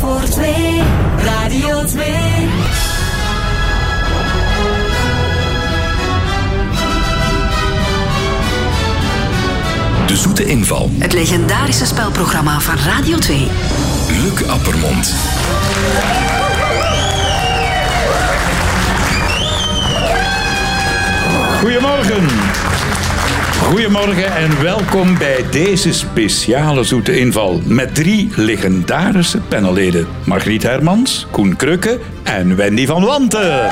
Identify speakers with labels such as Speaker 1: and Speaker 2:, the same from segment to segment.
Speaker 1: voor twee. Radio 2.
Speaker 2: De zoete inval.
Speaker 3: Het legendarische spelprogramma van Radio 2.
Speaker 2: Luc Appermond.
Speaker 4: Goedemorgen. Goedemorgen en welkom bij deze speciale zoete inval met drie legendarische panelleden. Margriet Hermans, Koen Krukke en Wendy van Wanten.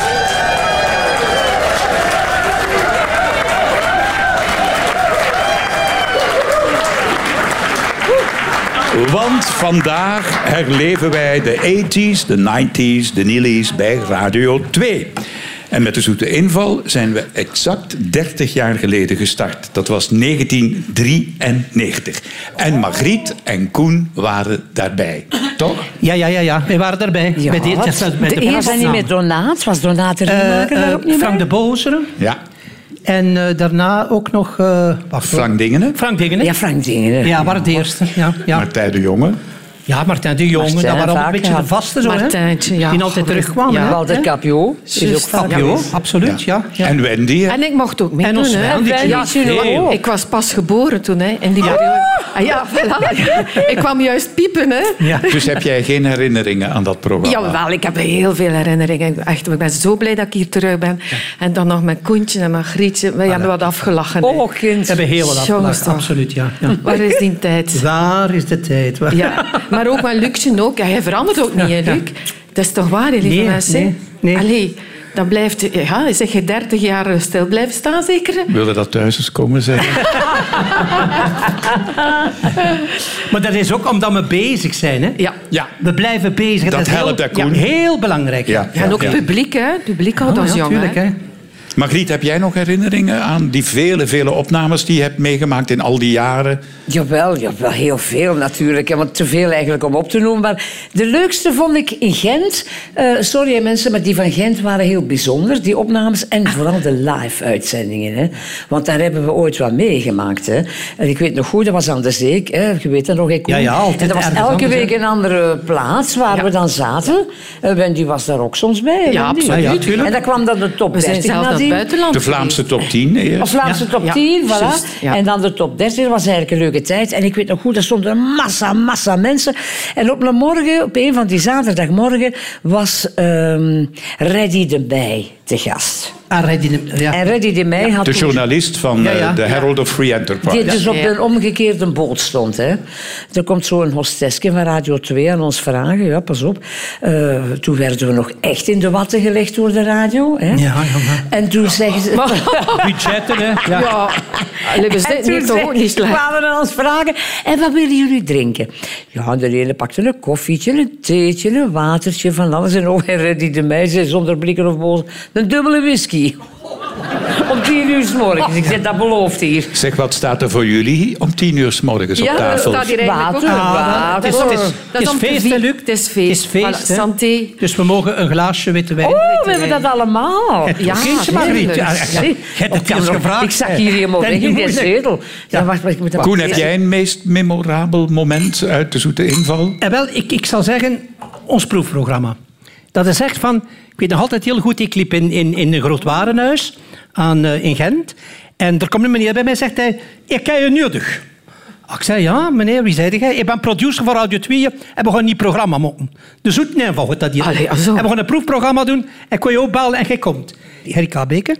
Speaker 4: Want vandaag herleven wij de 80s, de 90s, de Nillies bij Radio 2. En met de zoete inval zijn we exact 30 jaar geleden gestart. Dat was 1993. En Margriet en Koen waren daarbij. Toch?
Speaker 5: Ja, ja, ja, ja. Wij waren daarbij.
Speaker 6: Ja,
Speaker 5: Bij de, het is met de
Speaker 6: de eerste
Speaker 5: plaatsnaam.
Speaker 6: niet met Donaat, was Donaat er
Speaker 5: Eh,
Speaker 6: niet
Speaker 5: eh,
Speaker 6: ook niet
Speaker 5: Frank
Speaker 6: bij?
Speaker 5: de Bozer.
Speaker 4: Ja.
Speaker 5: En eh, daarna ook nog... eh, wacht,
Speaker 4: Frank Dingenen,
Speaker 5: Frank Degene.
Speaker 6: Ja,
Speaker 5: Ja,
Speaker 6: Frank Dingen.
Speaker 5: waren de eerste. Ja, ja.
Speaker 4: Martijn de Jonge.
Speaker 5: ja Martijn de Jonge.
Speaker 6: Martijn
Speaker 5: dat waren allemaal een
Speaker 6: vaak,
Speaker 5: beetje
Speaker 6: ja.
Speaker 5: de vaste, zo, hè?
Speaker 6: Martijntje, ja.
Speaker 5: die altijd terugkwamen.
Speaker 6: Ja,
Speaker 5: hè?
Speaker 6: Walter Capio. Is ook van
Speaker 5: Ja, hoor, absoluut, ja. ja.
Speaker 4: En Wendy.
Speaker 7: En ik mocht ook
Speaker 5: En
Speaker 7: meedoen.
Speaker 5: ons
Speaker 7: hè.
Speaker 5: wel, die
Speaker 7: Ja,
Speaker 5: kinderen.
Speaker 7: zie je wel.
Speaker 5: Heel.
Speaker 7: Ik was pas geboren toen. Hè, in die periode. Ah, ja, voilà. Ik kwam juist piepen. Hè.
Speaker 5: Ja.
Speaker 4: Dus heb jij geen herinneringen aan dat programma?
Speaker 7: Jawel, ik heb heel veel herinneringen. Echt, ik ben zo blij dat ik hier terug ben. En dan nog mijn Koentje en mijn Grietje. We hebben wat afgelachen. hè.
Speaker 6: Oh, kind.
Speaker 5: We hebben heel wat
Speaker 7: Jongens,
Speaker 5: afgelachen,
Speaker 7: toch.
Speaker 5: absoluut, ja. ja.
Speaker 7: Waar is die tijd?
Speaker 5: Waar is de tijd? Waar-
Speaker 7: Ja. Maar ook mijn Lucje ook. Ja, hij verandert ook niet, hè,
Speaker 5: Ja, ja.
Speaker 7: Luc? Dat is toch waar, hè, lieve
Speaker 5: Nee,
Speaker 7: mensen?
Speaker 5: nee, nee.
Speaker 7: Allee, dan blijft... Ja, zeg je 30 jaar stil blijven staan, zeker?
Speaker 4: Wilde dat thuis eens komen zeggen?
Speaker 5: Maar dat is ook omdat we bezig zijn, hè?
Speaker 7: Ja.
Speaker 4: Ja.
Speaker 5: We blijven bezig.
Speaker 4: Dat
Speaker 5: is
Speaker 4: helpt, hè,
Speaker 5: heel,
Speaker 4: Koen?
Speaker 5: ja, heel belangrijk.
Speaker 4: Ja.
Speaker 6: Oh,
Speaker 7: En ook het publiek, hè? Het publiek houdt
Speaker 5: Oh,
Speaker 7: ons
Speaker 5: ja,
Speaker 7: jong,
Speaker 5: tuurlijk,
Speaker 7: hè?
Speaker 5: hè.
Speaker 4: Margriet, heb jij nog herinneringen aan die vele, vele opnames die je hebt meegemaakt in al die
Speaker 5: Oh,
Speaker 4: jaren?
Speaker 6: Jawel, jawel, heel veel natuurlijk. hè, Want te veel eigenlijk om op te noemen. Maar de leukste vond ik in Gent. Eh, sorry hè, mensen, maar die van Gent waren heel bijzonder. Die opnames en
Speaker 5: Ah.
Speaker 6: vooral de live-uitzendingen. Hè. Want daar hebben we ooit wat meegemaakt. Hè. En ik weet nog goed, dat was aan de Zeek. Hè. Je weet dat nog, ik
Speaker 5: Ja, ja, altijd
Speaker 6: En dat was
Speaker 5: ergens
Speaker 6: elke
Speaker 5: anders, hè.
Speaker 6: week een andere plaats waar we dan zaten. En Wendy was daar ook soms bij. hè,
Speaker 7: Ja,
Speaker 6: Wendy?
Speaker 7: absoluut.
Speaker 5: Ja, ja,
Speaker 4: tuurlijk.
Speaker 6: En dan kwam dan de top
Speaker 7: We
Speaker 6: 30
Speaker 7: zijn zelf naar het
Speaker 6: nadien.
Speaker 7: buitenland
Speaker 4: De Vlaamse top 10
Speaker 6: Of
Speaker 4: eerst.
Speaker 6: Vlaamse
Speaker 7: Ja,
Speaker 6: top
Speaker 7: ja,
Speaker 6: 10, voilà.
Speaker 7: juist, ja.
Speaker 6: En dan de top 30, dat was eigenlijk een leuke tijd. En ik weet nog goed, er stonden een massa, massa mensen. En op een morgen, op een van die zaterdagmorgen, was ehm Reddy de Bij te gast.
Speaker 5: Ah, Reddy, ja.
Speaker 6: En Reddy de Bij had
Speaker 4: De
Speaker 6: toen-
Speaker 4: journalist van
Speaker 5: Ja, ja.
Speaker 4: eh, de Herald of Free
Speaker 6: die
Speaker 4: Enterprise.
Speaker 6: dus op
Speaker 7: Ja.
Speaker 6: een omgekeerde boot stond. Hè. Er komt zo'n hostesje van Radio 2 aan ons vragen. Ja, pas op. Eh, toen werden we nog echt in de watten gelegd door de radio. Hè.
Speaker 5: ja, maar-
Speaker 6: En toen zegt ze...
Speaker 5: Budgetten, hè. Ja.
Speaker 7: Oh, Ja, allee, we
Speaker 6: En
Speaker 7: zitten
Speaker 6: toen
Speaker 7: hier toch ook
Speaker 6: zei-
Speaker 7: niet slecht.
Speaker 6: kwamen we ons vragen, en wat willen jullie drinken? Ja, de ene pakte een koffietje, een theetje, een watertje, van alles. En ook die de meisje zonder blikken of boos, een dubbele whisky. Om tien uur s morgens. Ik zeg, dat belooft hier.
Speaker 4: Zeg, wat staat er voor jullie om tien uur s morgens op
Speaker 7: Ja, dat
Speaker 4: tafel?
Speaker 7: staat hier eigenlijk ook.
Speaker 6: Water,
Speaker 5: Ah, dat-
Speaker 6: water.
Speaker 5: het is, het is,
Speaker 7: Dat
Speaker 5: het is
Speaker 7: om te
Speaker 5: feest, hè,
Speaker 7: vieren.
Speaker 5: Luc?
Speaker 7: Het is feest.
Speaker 5: Het is feest,
Speaker 7: Voilà,
Speaker 5: hè.
Speaker 7: santé.
Speaker 5: Dus we mogen een glaasje witte wijn.
Speaker 6: Oh, we hebben dat allemaal.
Speaker 7: Ja,
Speaker 5: Kindje Margriet. Ja,
Speaker 7: tuurlijk.
Speaker 5: ja, ja. Jij hebt
Speaker 6: Of
Speaker 5: het eerst
Speaker 6: kan er-
Speaker 5: gevraagd.
Speaker 6: Oh, Ik zak
Speaker 5: hè.
Speaker 6: hier helemaal
Speaker 5: Dat
Speaker 6: weg
Speaker 5: is
Speaker 6: in
Speaker 5: niet
Speaker 6: die
Speaker 5: moeilijk.
Speaker 6: zetel. Ja, wacht, maar ik moet dat-
Speaker 4: Koen, heb jij een meest memorabel moment uit de zoete inval?
Speaker 5: Eh, wel, ik, ik zal zeggen, ons proefprogramma. Dat is echt van... Ik weet nog altijd heel goed, ik liep in, in, in een groot warenhuis aan, eh, in Gent. En er komt een meneer bij mij en zegt hij... Ik ken je nodig. Ah, Ik zei, ja, meneer, wie zei jij? Ik ben producer van Radio 2 en we gaan niet programma maken. Dus De zoete inval wordt dat hier.
Speaker 7: Allee, ah, zo.
Speaker 5: en we gaan een proefprogramma doen en kon je ook bellen en jij komt. Herika Beke.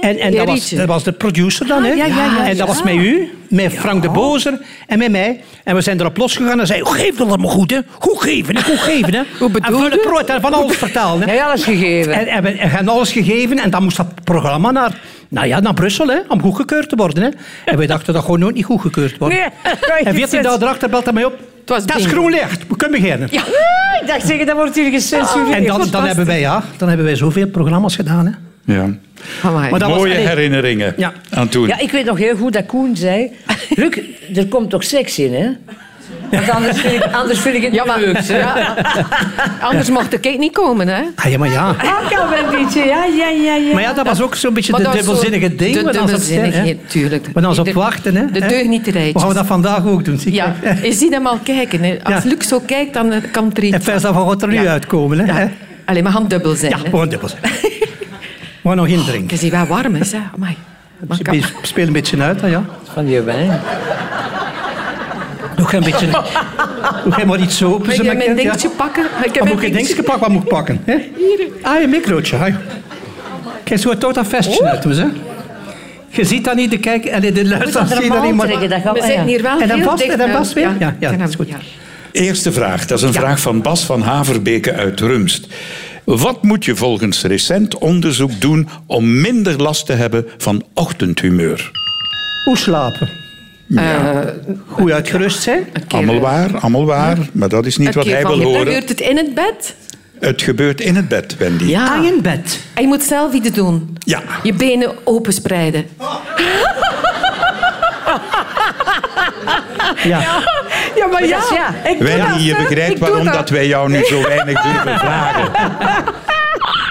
Speaker 5: en en dat, was, eh,
Speaker 7: Gerrietje.
Speaker 5: dat was de producer dan, hè?
Speaker 7: Ah, ja, ja, ja,
Speaker 5: En dat was met u, met Frank de Bozer en met mij. En we zijn erop losgegaan en zeiden, geef dat allemaal goed, hè. Goed geven, hè. Goed geven, hè.
Speaker 7: Hoe bedoel
Speaker 5: en
Speaker 7: je?
Speaker 5: het brood en van alles vertalen, hè.
Speaker 6: Heb je alles gegeven?
Speaker 5: En, en we hebben alles gegeven en dan moest dat programma naar, nou ja, naar Brussel, hè, om goedgekeurd te worden. Hè. En wij dachten dat gewoon nooit niet goedgekeurd wordt.
Speaker 6: Nee.
Speaker 5: en 14 dagen erachter belt hij mij op.
Speaker 7: was
Speaker 5: dat is
Speaker 7: bingo."
Speaker 5: groen licht, we kunnen beginnen.
Speaker 6: Ah, Ik dacht zeggen, dat wordt hier gecensureerd.
Speaker 5: en dan, dan,
Speaker 6: Fantastisch.
Speaker 5: hebben wij, ja, dan hebben wij zoveel programma's gedaan. Hè.
Speaker 4: Ja.
Speaker 7: Amai.
Speaker 5: Maar dat was-
Speaker 4: Mooie
Speaker 5: allee.
Speaker 4: herinneringen
Speaker 5: Ja.
Speaker 4: aan toen.
Speaker 6: Ja, ik weet nog heel goed dat Koen zei... Luc, er komt toch seks in, hè? Want anders vind ik, anders vind ik het
Speaker 7: Ja,
Speaker 6: niet leuk.
Speaker 7: maar, ja, anders mocht de cake niet komen, hè?
Speaker 5: Ah, ja, maar ja.
Speaker 6: Ah, kan wel een beetje. Ja, ja, ja, ja.
Speaker 5: Maar ja, dat was ook zo'n beetje
Speaker 7: Maar
Speaker 5: de
Speaker 7: dat is zo
Speaker 5: dubbelzinnige ding.
Speaker 7: de
Speaker 5: waar ze op-
Speaker 7: dubbelzinnigheid,
Speaker 5: hè?
Speaker 7: tuurlijk.
Speaker 5: Waar ze op
Speaker 7: Ieder-
Speaker 5: wachten. Hè?
Speaker 7: de
Speaker 5: Hè?
Speaker 7: deugnietenrijtjes.
Speaker 5: We gaan dat vandaag ook doen. zie je.
Speaker 7: Ja, je ziet hem al kijken. Hè. Als
Speaker 5: Ja.
Speaker 7: Luc zo kijkt, dan eh, kan er iets
Speaker 5: En vers daarvan gaat er nu
Speaker 7: Ja.
Speaker 5: uitkomen. Hè?
Speaker 7: Ja. Alleen maar gaan dubbel zijn.
Speaker 5: Ja,
Speaker 7: hè.
Speaker 5: we gaan dubbel zijn. We gaan nog
Speaker 7: Ik
Speaker 5: indrinken.
Speaker 7: zie wel warm is, hè. Amai. Maar kan-
Speaker 5: Spe- Speel een beetje uit, hè, ja.
Speaker 6: Van je wijn.
Speaker 5: Doe geen beetje... Doe geen maar iets zo open.
Speaker 7: Mag
Speaker 5: zo,
Speaker 7: ik
Speaker 5: maar
Speaker 7: mijn
Speaker 5: ja.
Speaker 7: dingetje pakken? Ik heb
Speaker 5: Wat
Speaker 7: mijn
Speaker 5: moet ik een dingetje pakken? Wat moet ik pakken? Hè? Ah, een microotje. Hi. Kijk, zo toch dat vestje uit doen, hè? Je ziet dat niet, de kijk, en de luisteraar
Speaker 6: er
Speaker 5: ziet
Speaker 6: een
Speaker 5: dat niet,
Speaker 6: mouw
Speaker 5: maar...
Speaker 6: trekken, dat gaat-
Speaker 7: We
Speaker 6: Ah, ja.
Speaker 7: zitten hier wel
Speaker 5: En dan
Speaker 7: heel
Speaker 5: vast-
Speaker 7: dicht
Speaker 5: en dan
Speaker 7: bij-
Speaker 5: vast weer? Ja, ja,
Speaker 7: dan-
Speaker 5: dat is goed.
Speaker 4: Eerste vraag, dat is een vraag van Bas van Haverbeke uit Rumst. Wat moet je volgens recent onderzoek doen om minder last te hebben van ochtendhumeur?
Speaker 5: Hoe slapen? Goed uitgerust zijn?
Speaker 7: Een keer-
Speaker 4: Allemaal waar, allemaal waar, maar dat is niet
Speaker 7: een
Speaker 4: wat
Speaker 7: keer
Speaker 4: hij
Speaker 7: van-
Speaker 4: wil horen.
Speaker 7: Gebeurt het in het bed?
Speaker 4: Het gebeurt in het bed, Wendy.
Speaker 5: Ah, in bed.
Speaker 7: En je moet zelf iets doen.
Speaker 4: Ja.
Speaker 7: Je benen openspreiden.
Speaker 5: Ja.
Speaker 7: Ja, maar ja.
Speaker 6: ik
Speaker 4: Wendy, je begrijpt waarom dat. wij jou nu zo weinig durven vragen.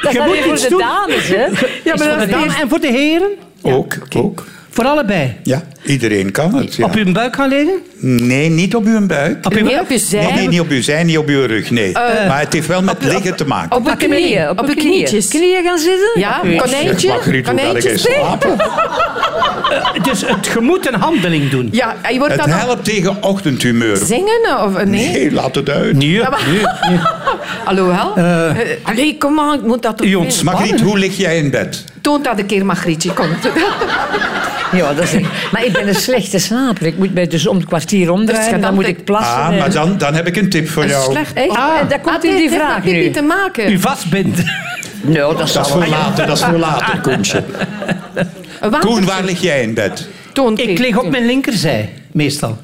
Speaker 6: dat
Speaker 5: je
Speaker 6: is
Speaker 5: moet
Speaker 6: alleen voor
Speaker 5: iets
Speaker 6: de
Speaker 5: doen.
Speaker 6: dames, hè?
Speaker 5: Ja, maar dat is dan- en voor de heren?
Speaker 4: Ook, ook.
Speaker 5: Voor allebei.
Speaker 4: Ja, iedereen kan het. ja.
Speaker 5: Op hun buik gaan liggen?
Speaker 4: Nee, niet op uw buik.
Speaker 5: Op hun
Speaker 7: Nee, op je
Speaker 4: Nee,
Speaker 7: zij.
Speaker 4: nee, niet op uw zij, niet op uw rug, nee. maar het heeft wel met liggen te maken.
Speaker 7: Op je knieën. Op je knietjes.
Speaker 6: Knieën gaan zitten?
Speaker 7: Ja,
Speaker 4: Zeg, maar,
Speaker 7: konijntje.
Speaker 4: Griet, hoe ga
Speaker 7: Konijntje
Speaker 4: jij
Speaker 7: springen.
Speaker 4: slapen?
Speaker 5: Dus het, je moet een handeling doen.
Speaker 7: Ja, en je wordt
Speaker 4: Het
Speaker 7: dan nog
Speaker 4: helpt tegen ochtendhumeur.
Speaker 7: zingen? Of, nee.
Speaker 4: Nee, laat het uit.
Speaker 5: Nee, nee.
Speaker 7: Alhoewel. Eh, allee, kom maar, ik moet dat toch
Speaker 5: U
Speaker 7: weer-
Speaker 5: ontsnapt.
Speaker 4: Margriet, hoe lig jij in bed?
Speaker 7: Toont dat een keer, Margrietje. Kom.
Speaker 6: Ja, dat is, maar ik ben een slechte slaper. Ik moet mij dus om het kwartier omdraaien.
Speaker 7: Dus
Speaker 6: dan moet
Speaker 7: ik-
Speaker 6: ik plassen.
Speaker 4: Ah,
Speaker 6: en-
Speaker 4: maar dan, dan heb ik een tip voor jou.
Speaker 7: Slecht.
Speaker 6: Echt? En daar komt
Speaker 7: Ah,
Speaker 6: u
Speaker 7: dit
Speaker 6: die
Speaker 7: heeft
Speaker 6: vraag
Speaker 7: met pipi
Speaker 6: nu.
Speaker 7: te maken.
Speaker 5: U vastbindt.
Speaker 6: Nou, dat
Speaker 4: Dat is
Speaker 6: zou
Speaker 4: voor
Speaker 6: wel...
Speaker 4: later, dat is voor later, Koentje.
Speaker 7: Een water-
Speaker 4: Koen, waar lig jij in bed?
Speaker 7: Toont
Speaker 5: Ik
Speaker 7: keer.
Speaker 5: lig op mijn linkerzij, meestal.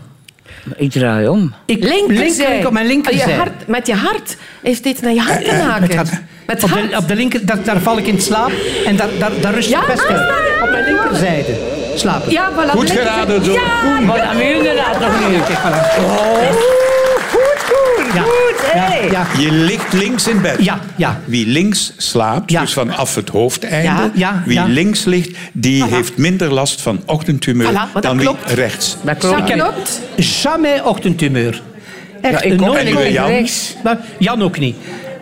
Speaker 6: Ik draai om.
Speaker 5: Ik
Speaker 7: Linkerzij.
Speaker 5: linker- op mijn linkerzij.
Speaker 7: Ah, Je hart, met je hart. Heeft dit naar je hart te maken?
Speaker 5: Met hart.
Speaker 7: Met
Speaker 5: op,
Speaker 7: hart.
Speaker 5: de, op de linker, daar, daar val ik in slaap en daar, daar, daar rust
Speaker 7: Ja,
Speaker 5: ik best
Speaker 7: ah,
Speaker 5: in.
Speaker 7: ah, ah,
Speaker 5: Op mijn linkerzijde slapen.
Speaker 7: Ja, voilà.
Speaker 4: Goed
Speaker 7: linkerzij.
Speaker 4: geraden door
Speaker 7: Ja,
Speaker 4: Koen.
Speaker 6: Maar dan nu inderdaad nog niet.
Speaker 5: Kijk, voilà.
Speaker 7: Oh.
Speaker 6: Goed, goed,
Speaker 5: Ja.
Speaker 6: goed. Hey.
Speaker 5: Ja,
Speaker 4: Je ligt links in bed.
Speaker 5: Ja, ja.
Speaker 4: Wie links slaapt,
Speaker 5: Ja.
Speaker 4: dus vanaf het hoofdeinde,
Speaker 5: Ja, ja,
Speaker 4: wie
Speaker 5: ja.
Speaker 4: links ligt, die
Speaker 5: Voilà.
Speaker 4: heeft minder last van ochtendhumeur
Speaker 7: Voilà, maar dat
Speaker 4: dan
Speaker 7: klopt.
Speaker 4: wie rechts.
Speaker 6: Dat klopt.
Speaker 7: Dat
Speaker 5: heb-
Speaker 7: klopt.
Speaker 5: ja. Jamais ochtendtumeur. Echt,
Speaker 6: Ja, ik ook
Speaker 5: nooit.
Speaker 4: niet. En Jan?
Speaker 5: Rechts. Maar Jan ook niet.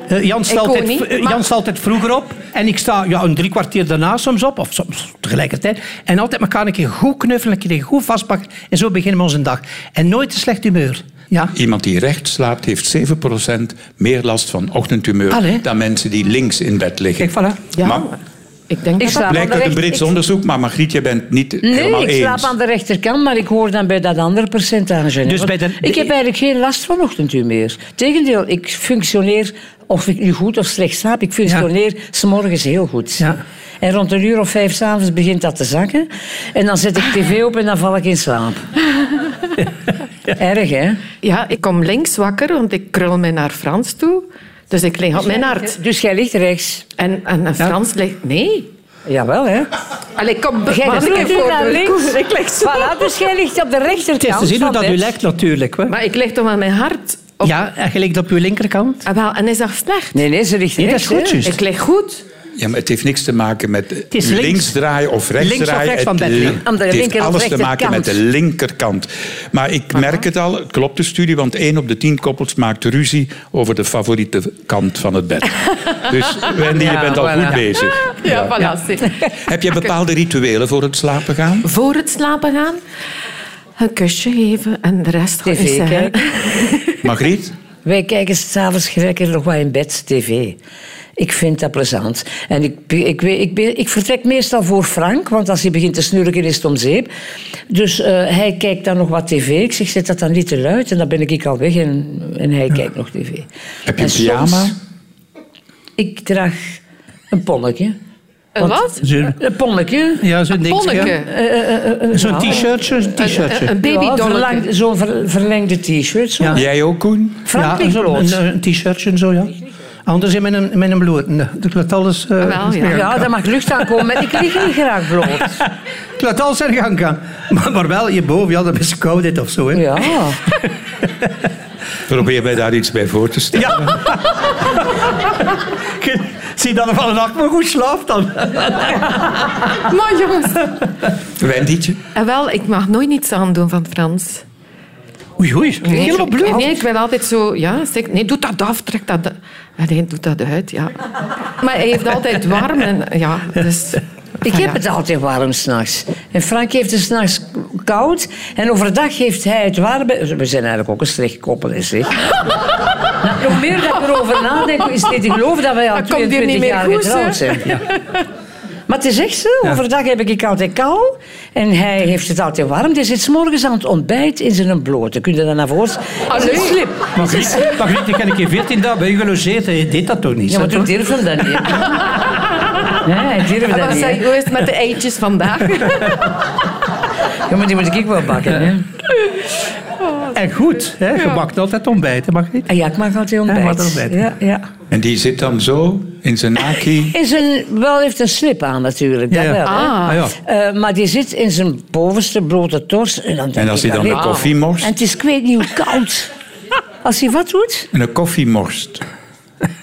Speaker 5: Eh, Jan, staat
Speaker 7: ook
Speaker 5: altijd,
Speaker 7: niet,
Speaker 5: v- eh,
Speaker 7: maar-
Speaker 5: Jan staat altijd vroeger op en ik sta ja, een drie kwartier daarna soms op, of soms tegelijkertijd. En altijd elkaar een keer goed knuffelen, een keer goed vastpakken. En zo beginnen we onze dag. En nooit een slecht humeur. Ja.
Speaker 4: Iemand die rechts slaapt, heeft 7% meer last van ochtendhumeur
Speaker 5: Allee.
Speaker 4: dan mensen die links in bed liggen.
Speaker 5: Kijk, voilà.
Speaker 7: Ja,
Speaker 4: Maar-
Speaker 7: ik denk
Speaker 6: Ik
Speaker 7: dat
Speaker 6: slaap
Speaker 7: dat...
Speaker 6: aan
Speaker 4: Blijkt uit
Speaker 6: de
Speaker 4: een
Speaker 6: rechter-
Speaker 4: Brits
Speaker 6: ik-
Speaker 4: onderzoek, maar Margriet, je bent niet helemaal
Speaker 6: Nee, ik slaap
Speaker 4: eens.
Speaker 6: aan de rechterkant, maar ik hoor dan bij dat andere percentage. niet.
Speaker 5: Dus bij de-
Speaker 6: Want Ik heb eigenlijk geen last van ochtendhumeur. Tegendeel, ik functioneer, of ik nu goed of slecht slaap, ik functioneer s'morgens heel goed.
Speaker 5: Ja.
Speaker 6: En rond een uur of vijf s'avonds begint dat te zakken. En dan zet ik tv op en dan val ik in slaap. Erg, hè?
Speaker 7: Ja, ik kom links wakker, want ik krul mij naar Frans toe. Dus ik lig op mijn hart.
Speaker 6: Dus jij ligt rechts.
Speaker 7: En, en, en Frans ligt... Nee.
Speaker 6: Jawel, hè?
Speaker 7: Allee, kom, dus
Speaker 6: Jij
Speaker 7: maak
Speaker 6: doet
Speaker 7: een
Speaker 6: nu naar
Speaker 7: voorbeeld.
Speaker 6: links.
Speaker 7: Ik lig zo.
Speaker 6: Voilà, dus jij ligt op de rechterkant.
Speaker 5: Het is te zien hoe
Speaker 6: van
Speaker 5: dat u
Speaker 6: bed.
Speaker 5: lijkt natuurlijk. Hè.
Speaker 7: Maar ik leg toch aan mijn hart. Op.
Speaker 5: Ja, en je ligt op uw linkerkant.
Speaker 7: Ah, wel, en is dat slecht?
Speaker 6: Nee, nee, ze ligt
Speaker 5: Nee, dat
Speaker 6: rechts.
Speaker 5: is goed,
Speaker 6: hè.
Speaker 5: juist.
Speaker 7: Ik lig goed.
Speaker 4: Ja, maar het heeft niks te maken met
Speaker 5: is
Speaker 4: links,
Speaker 5: links.
Speaker 4: draaien of rechts
Speaker 5: Links of
Speaker 4: draaien.
Speaker 5: rechts van
Speaker 4: Het
Speaker 5: bed, ja.
Speaker 4: li-
Speaker 6: Aan de
Speaker 4: Het heeft
Speaker 6: linker- of
Speaker 4: alles te maken met
Speaker 6: rechterkant.
Speaker 4: de linkerkant. Maar ik merk het al, het klopt de studie, want één op de tien koppels maakt ruzie over de favoriete kant van het bed. Dus Wendy, je bent al
Speaker 6: voilà.
Speaker 4: goed bezig.
Speaker 7: Ja, voilà. zie.
Speaker 4: Heb je bepaalde rituelen voor het slapen gaan?
Speaker 7: Voor het slapen gaan, een kusje geven en de rest
Speaker 6: TV
Speaker 7: is, eh,
Speaker 6: kijken.
Speaker 4: Margriet?
Speaker 6: Wij kijken s'avonds lekker nog wat in bed tv. Ik vind dat plezant. En ik, ik, weet- ik, ben- ik vertrek meestal voor Frank, want als hij begint te snurken is het om zeep. Dus eh, hij kijkt dan nog wat tv. Ik zeg, zet dat dan niet te luid. En dan ben ik al weg en, en hij kijkt nog tv.
Speaker 4: Heb je
Speaker 6: En
Speaker 4: een pyjama?
Speaker 6: soms- ik draag een ponnetje.
Speaker 7: Een
Speaker 6: Want-
Speaker 7: wat?
Speaker 5: Zo'n-
Speaker 6: Een ponnetje.
Speaker 5: Ja, zo'n ding.
Speaker 7: Ponneke.
Speaker 5: Zo'n t-shirtje, zo'n
Speaker 7: Een,
Speaker 5: t-shirtje.
Speaker 7: een
Speaker 6: Ja,
Speaker 7: babydolletje.
Speaker 6: verlang- Zo'n ver- verlengde t-shirt. zo.
Speaker 5: Ja.
Speaker 4: Jij ook, Koen?
Speaker 6: Frank
Speaker 5: ja,
Speaker 6: ligt
Speaker 5: een,
Speaker 6: rood.
Speaker 5: een, een t-shirtje en zo, ja. Ah, Anders in mijn, mijn bloed. Nee, ik laat alles... eh,
Speaker 7: Ah, wel, ja.
Speaker 6: Ja, daar mag lucht aan komen. maar Ik lig niet graag bloot.
Speaker 5: Ik laat alles er gang gaan. Maar, maar wel hierboven, ja, dat is koudheid of zo. Hè.
Speaker 6: Ja.
Speaker 4: Probeer mij daar iets bij voor te stellen.
Speaker 5: Ja. Zie dat er van een nacht maar goed slaapt dan. Eh,
Speaker 7: Maar jongens.
Speaker 4: Wendytje?
Speaker 7: En Ah, wel, ik mag nooit niets aandoen van Frans.
Speaker 5: Oei, oei. Helemaal
Speaker 7: ik,
Speaker 5: blauw.
Speaker 7: nee, ik ben altijd zo... Ja, zeg, nee, doe dat af, trek dat... de- Ah, Nee, doe dat uit, ja. Maar hij heeft altijd warm en... Ja, dus...
Speaker 6: Ik
Speaker 7: Ah,
Speaker 6: heb
Speaker 7: ja.
Speaker 6: het altijd warm s'nachts. En Frank heeft het s'nachts koud. En overdag heeft hij het warm. We zijn eigenlijk ook een slecht koppel, hè, zeg. nou, hoe meer dat ik erover nadenk, is dit, ik geloof dat wij al
Speaker 7: Dat komt hier
Speaker 6: 22
Speaker 7: niet meer
Speaker 6: jaar
Speaker 7: goed,
Speaker 6: getrouwd
Speaker 7: hè?
Speaker 6: zijn. Ja. Maar het is echt zo. Overdag heb ik het altijd koud. En hij heeft het altijd warm. Hij zit 's morgens aan het ontbijt in zijn blote. Kun je dat naar voren?
Speaker 7: Ah,
Speaker 6: Dat is een slip.
Speaker 5: Margriet, Margriet, ik heb een keer 14 dagen bij u gelogeerd. en Je deed dat toch niet?
Speaker 6: Ja, maar
Speaker 5: zeg,
Speaker 6: toen
Speaker 5: toch?
Speaker 6: durf hem dat niet. Nee, hij durf
Speaker 7: Ah, Maar
Speaker 6: dat
Speaker 7: wat
Speaker 6: niet.
Speaker 7: zei-
Speaker 6: hè.
Speaker 7: hoe is het met de eitjes vandaag?
Speaker 6: Ja, maar die moet ik wel bakken, hè.
Speaker 5: En goed, hè? je bakt altijd ontbijten, Margriet.
Speaker 6: Ah Ja, ik maak altijd ontbijt.
Speaker 5: Ja, wat ontbijt.
Speaker 6: Ja, ja.
Speaker 4: En die zit dan zo in zijn naki.
Speaker 6: In zijn, wel heeft een slip aan natuurlijk,
Speaker 5: Ja,
Speaker 6: dat
Speaker 5: ja.
Speaker 6: wel. hè.
Speaker 7: Ah.
Speaker 5: Ah, ja.
Speaker 6: Eh, maar die zit in zijn bovenste blote tors. En, dan denk
Speaker 4: En als
Speaker 6: ik,
Speaker 4: hij dan
Speaker 6: allee.
Speaker 4: een koffie
Speaker 6: En
Speaker 4: morst?
Speaker 6: het is kweetnieuw koud. Als hij wat doet?
Speaker 4: En een koffie morst.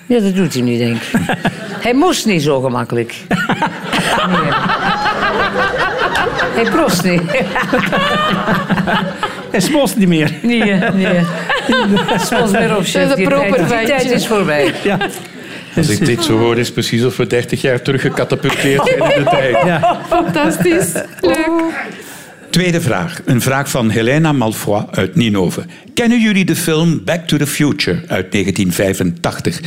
Speaker 6: Ja, dat doet hij niet, denk ik. Hij moest niet zo gemakkelijk. Nee. Hij prost niet.
Speaker 5: En smolt niet meer.
Speaker 6: Nee, nee. Zoals bij Rob Chef,
Speaker 7: Dat is een
Speaker 6: die
Speaker 7: proper
Speaker 6: tijd- Die
Speaker 7: feitje.
Speaker 6: tijd is voorbij.
Speaker 5: Ja. Dus,
Speaker 4: Als ik dit zo hoor, is het precies of we 30 jaar terug gecatapulteerd zijn in de tijd.
Speaker 7: Fantastisch. Leuk.
Speaker 4: Tweede vraag. Een vraag van Helena Malfoy uit Ninove. Kennen jullie de film Back to the Future uit 1985?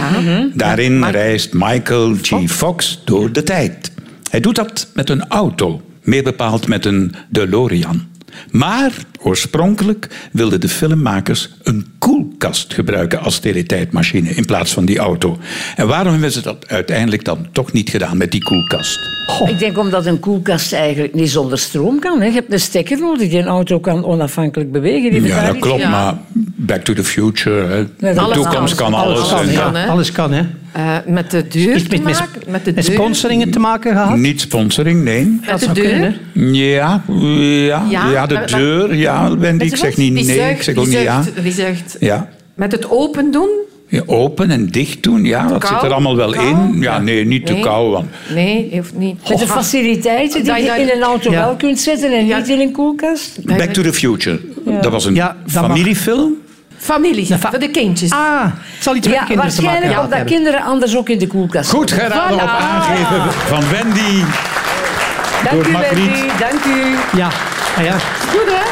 Speaker 4: Daarin reist Michael G. Fox door de tijd. Hij doet dat met een auto, meer bepaald met een DeLorean. Maar oorspronkelijk wilden de filmmakers een koelkast gebruiken als teletijdmachine in plaats van die auto. En waarom hebben ze dat uiteindelijk dan toch niet gedaan met die koelkast?
Speaker 6: Ik denk omdat een koelkast eigenlijk niet zonder stroom kan. Hè. Je hebt een stekker nodig. Die een auto kan onafhankelijk bewegen. Die
Speaker 4: Ja,
Speaker 6: betaalt
Speaker 4: dat
Speaker 6: niet.
Speaker 4: klopt,
Speaker 7: ja.
Speaker 4: maar Back to the Future, hè.
Speaker 6: dat
Speaker 4: de
Speaker 6: alles
Speaker 4: toekomst
Speaker 7: kan.
Speaker 4: kan alles.
Speaker 7: Alles kan,
Speaker 4: en
Speaker 7: ja.
Speaker 4: kan
Speaker 7: hè?
Speaker 5: eh, Alles kan, hè?
Speaker 7: Eh, met de deur
Speaker 5: Iets
Speaker 7: te
Speaker 5: met, met,
Speaker 7: maken? Met de
Speaker 5: met
Speaker 7: deur.
Speaker 5: sponsoringen te maken gehad?
Speaker 4: Niet sponsoring, nee.
Speaker 7: Met de
Speaker 5: zou
Speaker 7: deur.
Speaker 5: kunnen.
Speaker 4: Ja, ja,
Speaker 7: Ja,
Speaker 4: ja de
Speaker 7: maar- maar-
Speaker 4: deur, ja, Wendy, ik zeg niet
Speaker 7: Wie
Speaker 4: nee,
Speaker 7: zuigt-
Speaker 4: ik zeg
Speaker 7: wie
Speaker 4: ook niet ja.
Speaker 7: zuigt- Wie zegt...
Speaker 4: Ja.
Speaker 7: Met het open doen?
Speaker 4: Ja, Open en dicht doen, ja, dat
Speaker 7: kou?
Speaker 4: zit er allemaal wel
Speaker 7: Kou?
Speaker 4: in. Ja, nee, niet te
Speaker 7: Nee.
Speaker 4: kou, want
Speaker 7: Nee, heeft niet.
Speaker 6: Met de
Speaker 7: Ah,
Speaker 6: faciliteiten die
Speaker 7: Dat
Speaker 6: je
Speaker 7: je-
Speaker 6: in een auto
Speaker 5: Ja.
Speaker 6: wel kunt zetten en
Speaker 7: Ja.
Speaker 6: niet in een koelkast.
Speaker 7: Nee,
Speaker 4: Back
Speaker 7: nee.
Speaker 4: to the Future, dat was een
Speaker 5: Ja, dat mag.
Speaker 4: familiefilm.
Speaker 7: Familie, voor de kindjes.
Speaker 5: Ah, het zal iets met de
Speaker 6: Ja,
Speaker 5: kinderen te maken
Speaker 6: waarschijnlijk
Speaker 5: gehad
Speaker 6: omdat
Speaker 5: hebben.
Speaker 6: kinderen anders ook in de koelkast
Speaker 4: Goed
Speaker 6: zitten.
Speaker 4: geraden op aangeven van Wendy.
Speaker 6: Dank
Speaker 4: door
Speaker 6: u,
Speaker 4: Margriet.
Speaker 6: Wendy. Dank u.
Speaker 5: Ja, ah, ja.
Speaker 7: Goed, hè?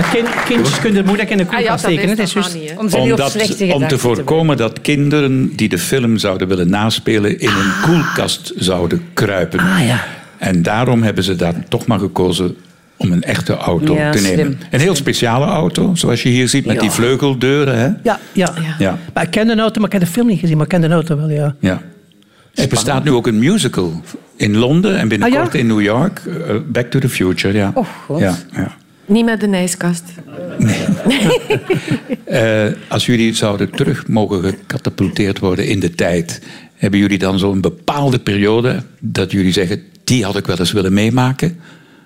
Speaker 5: ja kind, kindjes kunnen moeilijk in de
Speaker 7: Ah, ja,
Speaker 5: koelkast
Speaker 7: dat
Speaker 5: steken. hè. Het is
Speaker 7: is
Speaker 5: juist-
Speaker 7: niet, hè?
Speaker 6: Om, ze niet op slechte
Speaker 4: Omdat, om
Speaker 6: gedachten
Speaker 4: te voorkomen dat kinderen die de film zouden willen naspelen in een koelkast zouden kruipen.
Speaker 6: Ah, ja.
Speaker 4: En daarom hebben ze daar toch maar gekozen om een echte auto
Speaker 6: Ja,
Speaker 4: te nemen.
Speaker 6: slim.
Speaker 4: Een heel speciale auto, zoals je hier ziet, met
Speaker 6: Ja.
Speaker 4: die vleugeldeuren. Hè?
Speaker 5: Ja, ja.
Speaker 4: Ja.
Speaker 5: Maar ik ken de auto, maar ik heb de film niet gezien. Maar ik ken de auto wel, ja.
Speaker 4: Ja. Er bestaat nu ook een musical in Londen en binnenkort
Speaker 5: Ah, ja?
Speaker 4: in New York. eh, Back to the Future, ja.
Speaker 6: Oh, God.
Speaker 4: Ja, ja.
Speaker 7: Niet met de ijskast.
Speaker 4: Eh, als jullie zouden terug mogen gecatapulteerd worden in de tijd, hebben jullie dan zo'n bepaalde periode dat jullie zeggen, die had ik wel eens willen meemaken?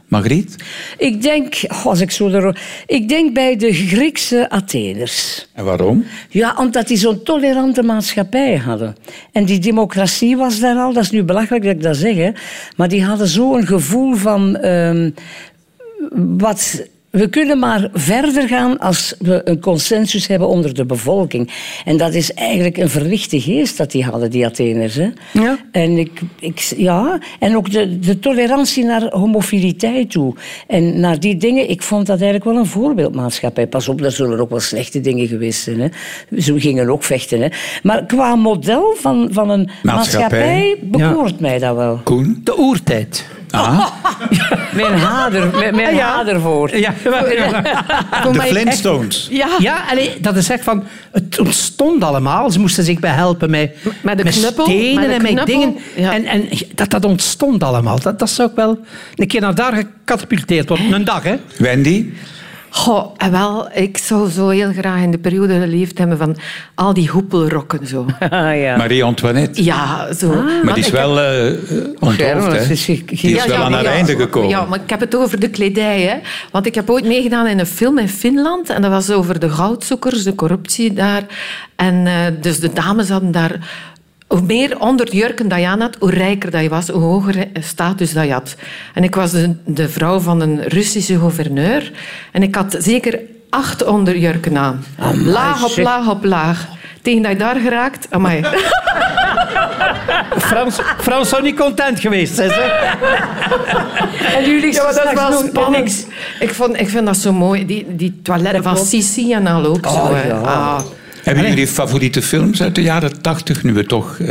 Speaker 4: Margriet?
Speaker 6: Ik denk, oh, als ik zo daarover- ik denk bij de Griekse Atheners.
Speaker 4: En waarom?
Speaker 6: Ja, omdat die zo'n tolerante maatschappij hadden. En die democratie was daar al, dat is nu belachelijk dat ik dat zeg, hè. maar die hadden zo'n gevoel van ehm, wat. We kunnen maar verder gaan als we een consensus hebben onder de bevolking. En dat is eigenlijk een verlichte geest dat die hadden, die Atheners. Hè?
Speaker 5: Ja.
Speaker 6: En, ik, ik, ja. en ook de, de tolerantie naar homofiliteit toe. En naar die dingen, ik vond dat eigenlijk wel een voorbeeldmaatschappij. Pas op, daar zullen ook wel slechte dingen geweest zijn. Hè. Ze gingen ook vechten. Hè. Maar qua model van, van een maatschappij,
Speaker 4: Maatschappij.
Speaker 6: bekoort mij dat wel.
Speaker 4: Koen?
Speaker 5: De oertijd.
Speaker 4: Ah,
Speaker 6: Mijn hader, mijn, mijn
Speaker 5: Ja.
Speaker 6: hader voor.
Speaker 5: Ja,
Speaker 4: de
Speaker 7: Ah. mij Eh,
Speaker 4: Flintstones.
Speaker 7: Ja.
Speaker 5: ja allee, dat is echt van... Het ontstond allemaal. Ze moesten zich bij helpen met,
Speaker 7: Met de knuppel,
Speaker 5: stenen
Speaker 7: met de
Speaker 5: en met
Speaker 7: knuppel,
Speaker 5: dingen.
Speaker 7: ja.
Speaker 5: En, en dat dat ontstond allemaal. Dat, dat zou ik wel een keer naar daar gecatapulteerd worden. Een dag, hè.
Speaker 4: Wendy?
Speaker 7: Goh, eh, wel, ik zou zo heel graag in de periode geleefd hebben van al die hoepelrokken zo.
Speaker 6: Ah, ja.
Speaker 4: Marie-Antoinette.
Speaker 7: Ja, zo. Want
Speaker 4: Maar die is
Speaker 7: ik
Speaker 4: wel eh onthoofd,
Speaker 6: Germ,
Speaker 4: hè?
Speaker 6: dat is
Speaker 4: Die
Speaker 6: ge-
Speaker 4: is
Speaker 6: Ja,
Speaker 4: wel aan
Speaker 7: maar
Speaker 4: haar
Speaker 7: ja,
Speaker 4: einde gekomen.
Speaker 7: Ja, maar ik heb het over de kledij. Hè. Want ik heb ooit meegedaan in een film in Finland. En dat was over de goudzoekers, de corruptie daar. En eh, dus de dames hadden daar... Hoe meer onder jurken dat je aan had, hoe rijker dat je was, hoe hoger eh, status dat je had. En ik was de, de vrouw van een Russische gouverneur. En ik had zeker acht onderjurken aan. laag op
Speaker 6: zeg.
Speaker 7: laag op laag. Tegen dat je daar geraakt... Amai.
Speaker 5: Frans, Frans zou niet content geweest zijn. Zeg.
Speaker 6: En nu ligt
Speaker 7: Ja,
Speaker 6: ze
Speaker 7: maar dat is
Speaker 6: straks
Speaker 7: wel
Speaker 6: nog niks.
Speaker 7: spannend. Ik, vond, ik vind dat zo mooi, die, die toiletten van Sissi en al ook. zo, hè.
Speaker 6: Oh, ja.
Speaker 7: Ah.
Speaker 4: Hebben jullie favoriete films uit de jaren tachtig, nu we toch eh,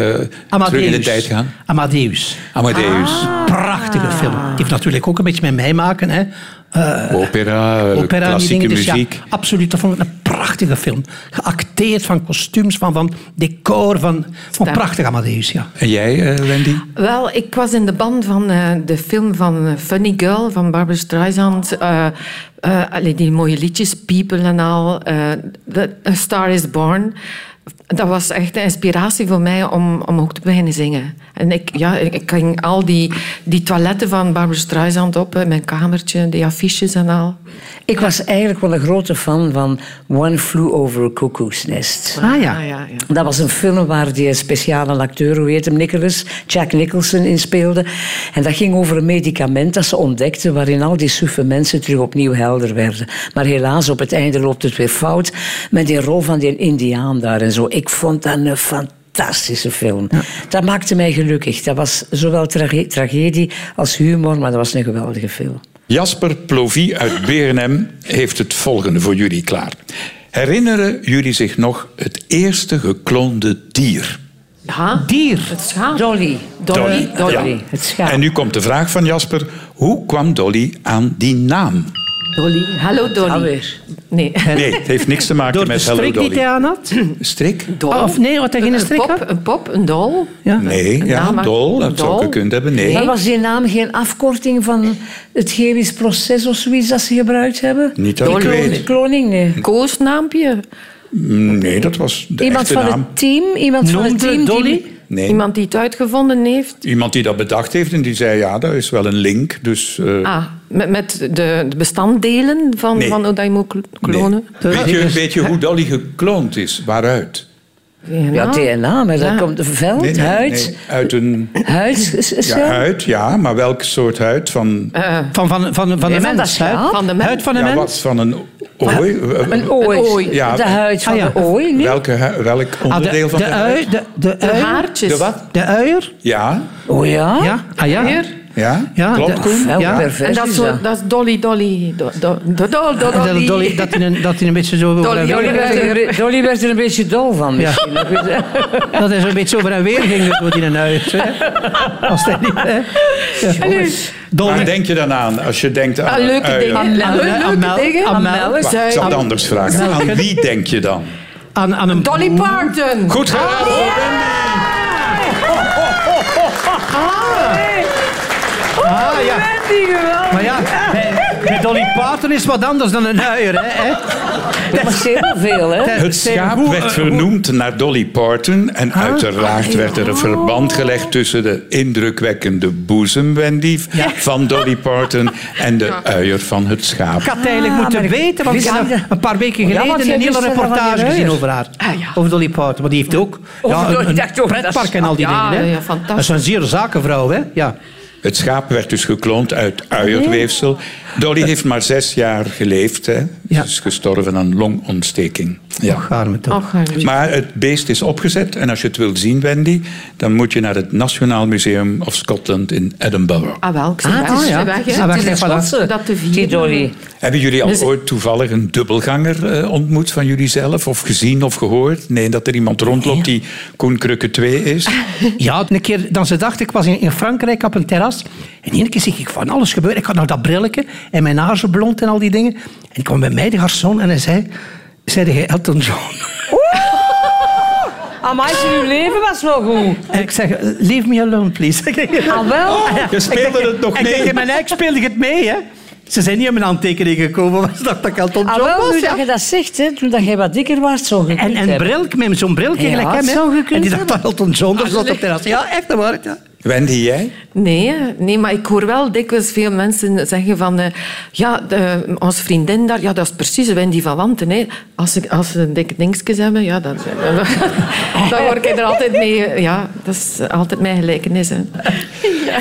Speaker 4: terug in de tijd gaan?
Speaker 5: Amadeus.
Speaker 4: Amadeus,
Speaker 5: Prachtige
Speaker 6: Ah.
Speaker 5: film. Die heeft natuurlijk ook een beetje met mij maken. Hè. Eh,
Speaker 4: opera, eh,
Speaker 5: opera en die
Speaker 4: klassieke
Speaker 5: dingen. Dus ja,
Speaker 4: muziek.
Speaker 5: absoluut. Dat vond ik een prachtige film. Geacteerd van kostuums, van, van decor. Van, van
Speaker 7: Stem.
Speaker 5: prachtig Amadeus, ja.
Speaker 4: En jij, eh, Wendy?
Speaker 7: Wel, ik was in de band van eh, de film van eh, Funny Girl van Barbara Streisand. eh, eh, allee, die mooie liedjes, People en al. eh, The- A Star is Born. Dat was echt een inspiratie voor mij om, om ook te beginnen zingen. En ik, ja, ik ik ging al die, die toiletten van Barbara Streisand op, in mijn kamertje, die affiches en al.
Speaker 6: Ik was eigenlijk wel een grote fan van One Flew Over a Cuckoo's Nest.
Speaker 5: Ah ja.
Speaker 7: Ah, ja, ja.
Speaker 6: Dat was een film waar die speciale acteur, hoe heet hem, Nicholas, Jack Nicholson in speelde. En dat ging over een medicament dat ze ontdekten waarin al die suffe mensen terug opnieuw helder werden. Maar helaas, op het einde loopt het weer fout met die rol van die indiaan daar en zo. Ik vond dat een fantastische film. Dat maakte mij gelukkig. Dat was zowel trage- tragedie als humor, maar dat was een geweldige film.
Speaker 4: Jasper Plovie uit Berenem heeft het volgende voor jullie klaar. Herinneren jullie zich nog het eerste gekloonde dier?
Speaker 7: Ja.
Speaker 5: Dier.
Speaker 7: Het schaap.
Speaker 6: Dolly.
Speaker 7: Dolly. Dolly.
Speaker 4: Ja.
Speaker 6: eh, het schaap.
Speaker 4: En nu komt de vraag van Jasper. Hoe kwam Dolly aan die naam?
Speaker 7: Dolly. Hallo Dolly.
Speaker 6: Alweer.
Speaker 7: Nee.
Speaker 4: Nee, het heeft niks te maken
Speaker 5: Door de
Speaker 4: met Hello
Speaker 5: strik die hij
Speaker 4: Dolly.
Speaker 5: aan had?
Speaker 4: Strik?
Speaker 7: Dol.
Speaker 5: Oh, Of nee, wat hij geen
Speaker 7: Een
Speaker 5: strik
Speaker 7: pop,
Speaker 5: had?
Speaker 7: Een pop, een dol.
Speaker 5: Ja.
Speaker 4: Nee,
Speaker 7: Een
Speaker 4: ja,
Speaker 7: naam, maar-
Speaker 4: dol, dat zou
Speaker 7: dol.
Speaker 4: ik gekund hebben. Nee.
Speaker 6: Maar was die naam geen afkorting van het chemisch proces of zoiets dat ze gebruikt hebben?
Speaker 4: Niet dat ik
Speaker 6: Kloning-
Speaker 4: weet. Mm,
Speaker 6: Kloning, nee.
Speaker 7: Koosnaampje.
Speaker 4: Nee, dat was de
Speaker 6: Iemand
Speaker 4: echte
Speaker 6: van
Speaker 4: naam.
Speaker 6: het team? Iemand van het
Speaker 5: Noemde
Speaker 6: team
Speaker 5: Dolly?
Speaker 6: Die...
Speaker 4: Nee. Iemand...
Speaker 7: Iemand die het uitgevonden heeft.
Speaker 4: die dat bedacht heeft en die zei, ja, daar is wel een link. Dus, eh,
Speaker 7: Ah, met, met de de bestanddelen van,
Speaker 4: Nee.
Speaker 7: van hoe dat je moet kl- klonen.
Speaker 4: nee. weet, je, weet je hoe Dolly gekloond is? Waaruit?
Speaker 6: Ja, DNA, maar dat
Speaker 7: Ja.
Speaker 6: komt veld,
Speaker 4: Nee, nee,
Speaker 6: huid,
Speaker 4: nee, Uit een ja,
Speaker 6: huidcel.
Speaker 4: huid, ja, maar welk soort huid? Eh, Van,
Speaker 5: Van, van, van, van de
Speaker 6: Nee, van Eh. dat
Speaker 5: mens. hè?
Speaker 6: schaap.
Speaker 7: Van de mens.
Speaker 5: Huid van de
Speaker 4: ja,
Speaker 5: mens.
Speaker 4: wat? Van een ooi?
Speaker 6: Een ooi.
Speaker 7: Een ooi.
Speaker 4: Ja.
Speaker 6: De huid van
Speaker 5: Ah, ja.
Speaker 6: de ooi, nee?
Speaker 4: Welke, hu- welk
Speaker 5: Ah, de,
Speaker 4: onderdeel van
Speaker 5: de,
Speaker 4: de,
Speaker 5: ui, de, de,
Speaker 7: De
Speaker 5: ui-
Speaker 7: haartjes.
Speaker 4: De wat?
Speaker 5: De uier.
Speaker 4: Ja,
Speaker 6: Oh ja?
Speaker 5: Ja. Ah, ja.
Speaker 7: Hier.
Speaker 4: ja,
Speaker 5: Ja,
Speaker 4: klopt
Speaker 5: de-
Speaker 4: Koen?
Speaker 6: Wel
Speaker 5: Ja. Ah,
Speaker 6: pervers
Speaker 7: En dat
Speaker 6: is
Speaker 7: is, zo- dat is Dolly, Dolly. Do, do, do, do, do,
Speaker 5: Dat,
Speaker 7: dolly.
Speaker 5: Dolly, dat, hij een, dat hij een beetje zo over en
Speaker 6: Dolly
Speaker 5: weer
Speaker 6: werd, er, Dolly werd er een beetje dol van
Speaker 5: Ja.
Speaker 6: misschien. Ik weet het.
Speaker 5: Dat hij zo'n beetje over en weer ging door die huid. hè. Als hij niet... hè. Ja.
Speaker 4: Waar
Speaker 5: Dolly.
Speaker 4: denk je dan aan als je denkt aan
Speaker 7: Ah,
Speaker 4: een
Speaker 7: leuke
Speaker 4: uier?
Speaker 7: dingen.
Speaker 5: Aan-
Speaker 7: Leuke
Speaker 5: aan- aan-
Speaker 7: dingen. eh,
Speaker 5: aan-
Speaker 7: Melk,
Speaker 4: Wacht, ik
Speaker 7: zuivel.
Speaker 4: zal het anders vragen. Aan wie denk je dan?
Speaker 5: Aan, aan een
Speaker 7: Dolly Parton.
Speaker 4: Goed gedaan,
Speaker 5: Ah, ja. Maar ja, bij, bij Dolly Parton is wat anders dan een uier. Hè? hè.
Speaker 6: Dat was heel veel, hè?
Speaker 5: Ter-
Speaker 4: Het
Speaker 5: ter-
Speaker 4: schaap
Speaker 5: hoe-
Speaker 4: werd vernoemd naar Dolly Parton en uiteraard werd er een verband gelegd tussen de indrukwekkende boezem, Wendy, van Dolly Parton en de uier van het
Speaker 5: Ik
Speaker 4: schaap.
Speaker 5: eh, had eigenlijk moeten weten, want ik
Speaker 6: Ah, wist
Speaker 5: heb
Speaker 6: je-
Speaker 5: een paar weken
Speaker 6: Ja,
Speaker 5: geleden
Speaker 6: want jij
Speaker 5: een hele
Speaker 6: wist ervan van die
Speaker 5: reportage gezien
Speaker 6: reus.
Speaker 5: over haar.
Speaker 7: Ah, ja.
Speaker 5: Over Dolly Parton, want die heeft ook ja,
Speaker 6: Dolly-
Speaker 5: een, een
Speaker 6: ik dacht ook, dat Ah, is-
Speaker 5: pretpark en al die
Speaker 7: Ja,
Speaker 5: dingen. Hè?
Speaker 7: ja, fantastisch.
Speaker 5: Dat is een zeer zakenvrouw, hè? Ja.
Speaker 4: Het schaap werd dus gekloond uit uierweefsel. Dolly heeft maar zes jaar geleefd. Hè.
Speaker 5: Ja.
Speaker 4: Ze is gestorven aan longontsteking. Ja.
Speaker 5: Och, arme toch.
Speaker 7: Och, Harry.
Speaker 4: Maar het beest is opgezet en als je het wilt zien, Wendy, dan moet je naar het Nationaal Museum of Scotland in Edinburgh.
Speaker 7: Ah, wel, ik zie weg.
Speaker 5: is-
Speaker 7: ik zie
Speaker 5: ja.
Speaker 7: weg, hè.
Speaker 5: Ah, wacht,
Speaker 7: Het is
Speaker 5: even,
Speaker 7: het
Speaker 6: hè.
Speaker 7: Dat te vieren.
Speaker 6: Die Dolly.
Speaker 4: Hebben jullie al
Speaker 7: Dus-
Speaker 4: ooit toevallig een dubbelganger eh, ontmoet van jullie zelf? Of gezien of gehoord? Nee, dat er iemand rondloopt die Koen Krukke 2 is?
Speaker 5: Ja, een keer dan ze dacht, ik was in, in Frankrijk op een terras. En één keer zie ik van alles gebeuren. Ik had nou dat brilletje en mijn haar zo blond en al die dingen. En ik kwam bij mij de garçon en hij zei... Zei jij Elton John?
Speaker 6: Amai, uw leven was wel goed.
Speaker 5: En ik zeg, leave me alone, please.
Speaker 6: Ah, wel?
Speaker 4: Je speelde het nog
Speaker 5: En
Speaker 4: mee.
Speaker 5: tegen mijn ex speelde ik het mee, hè? Ze zijn niet in mijn handtekening gekomen, maar ze dacht dat ik al tot
Speaker 6: Ah,
Speaker 5: John
Speaker 6: wel,
Speaker 5: was.
Speaker 6: nu
Speaker 5: ja.
Speaker 6: dat je dat zegt, hè, toen dat jij wat dikker was, zo gekund
Speaker 5: En, en
Speaker 6: hebben.
Speaker 5: brilk, met zo'n brilje
Speaker 6: Ja,
Speaker 5: gelijk
Speaker 6: het
Speaker 5: hem. hè.
Speaker 6: zou gekund
Speaker 5: En die dacht
Speaker 6: hebben. Ah,
Speaker 5: dat Elton John was op het terras. Ja, echt waar. Ja.
Speaker 4: Wendy, jij?
Speaker 7: Nee, nee, maar ik hoor wel dikwijls veel mensen zeggen van... eh, ja, de- onze vriendin daar, ja, dat is precies Wendy van Wanten. Hè. Als, ze, als ze dikke dingetjes hebben, ja, dan, dan, dan word ik er altijd mee... eh, Ja, dat is altijd mijn gelijkenis. Hè.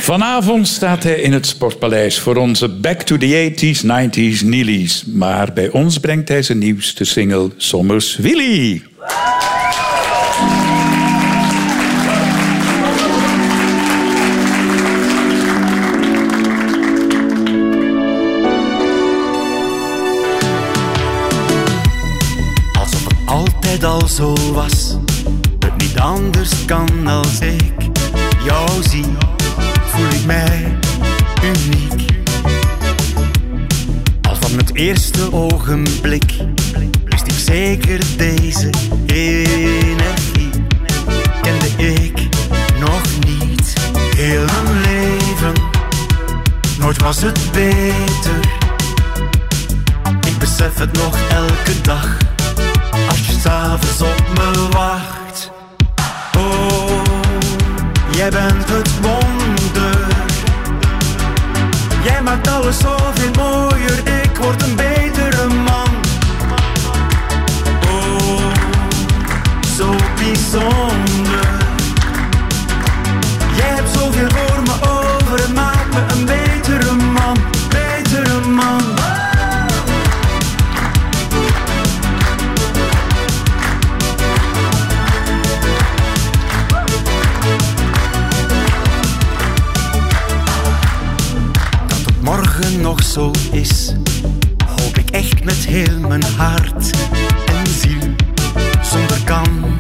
Speaker 4: Vanavond staat hij in het Sportpaleis voor onze Back to the 80s, 90s Nillies. Maar bij ons brengt hij zijn nieuwste single Sommers Willy.
Speaker 8: alsof het altijd al zo was. Het niet anders kan als ik jou zie, voel ik mij uniek. Al van het eerste ogenblik wist ik zeker deze energie. Kende ik nog niet heel mijn leven, nooit was het beter. Ik besef het nog elke dag Als je s'avonds op me wacht Oh, jij bent het wonder Jij maakt alles zoveel mooier Ik word een betere man Oh, zo bijzonder Jij hebt zoveel voor me over en maakt me een betere man Betere man morgen nog zo is, hoop ik echt met heel mijn hart en ziel. Zonder kan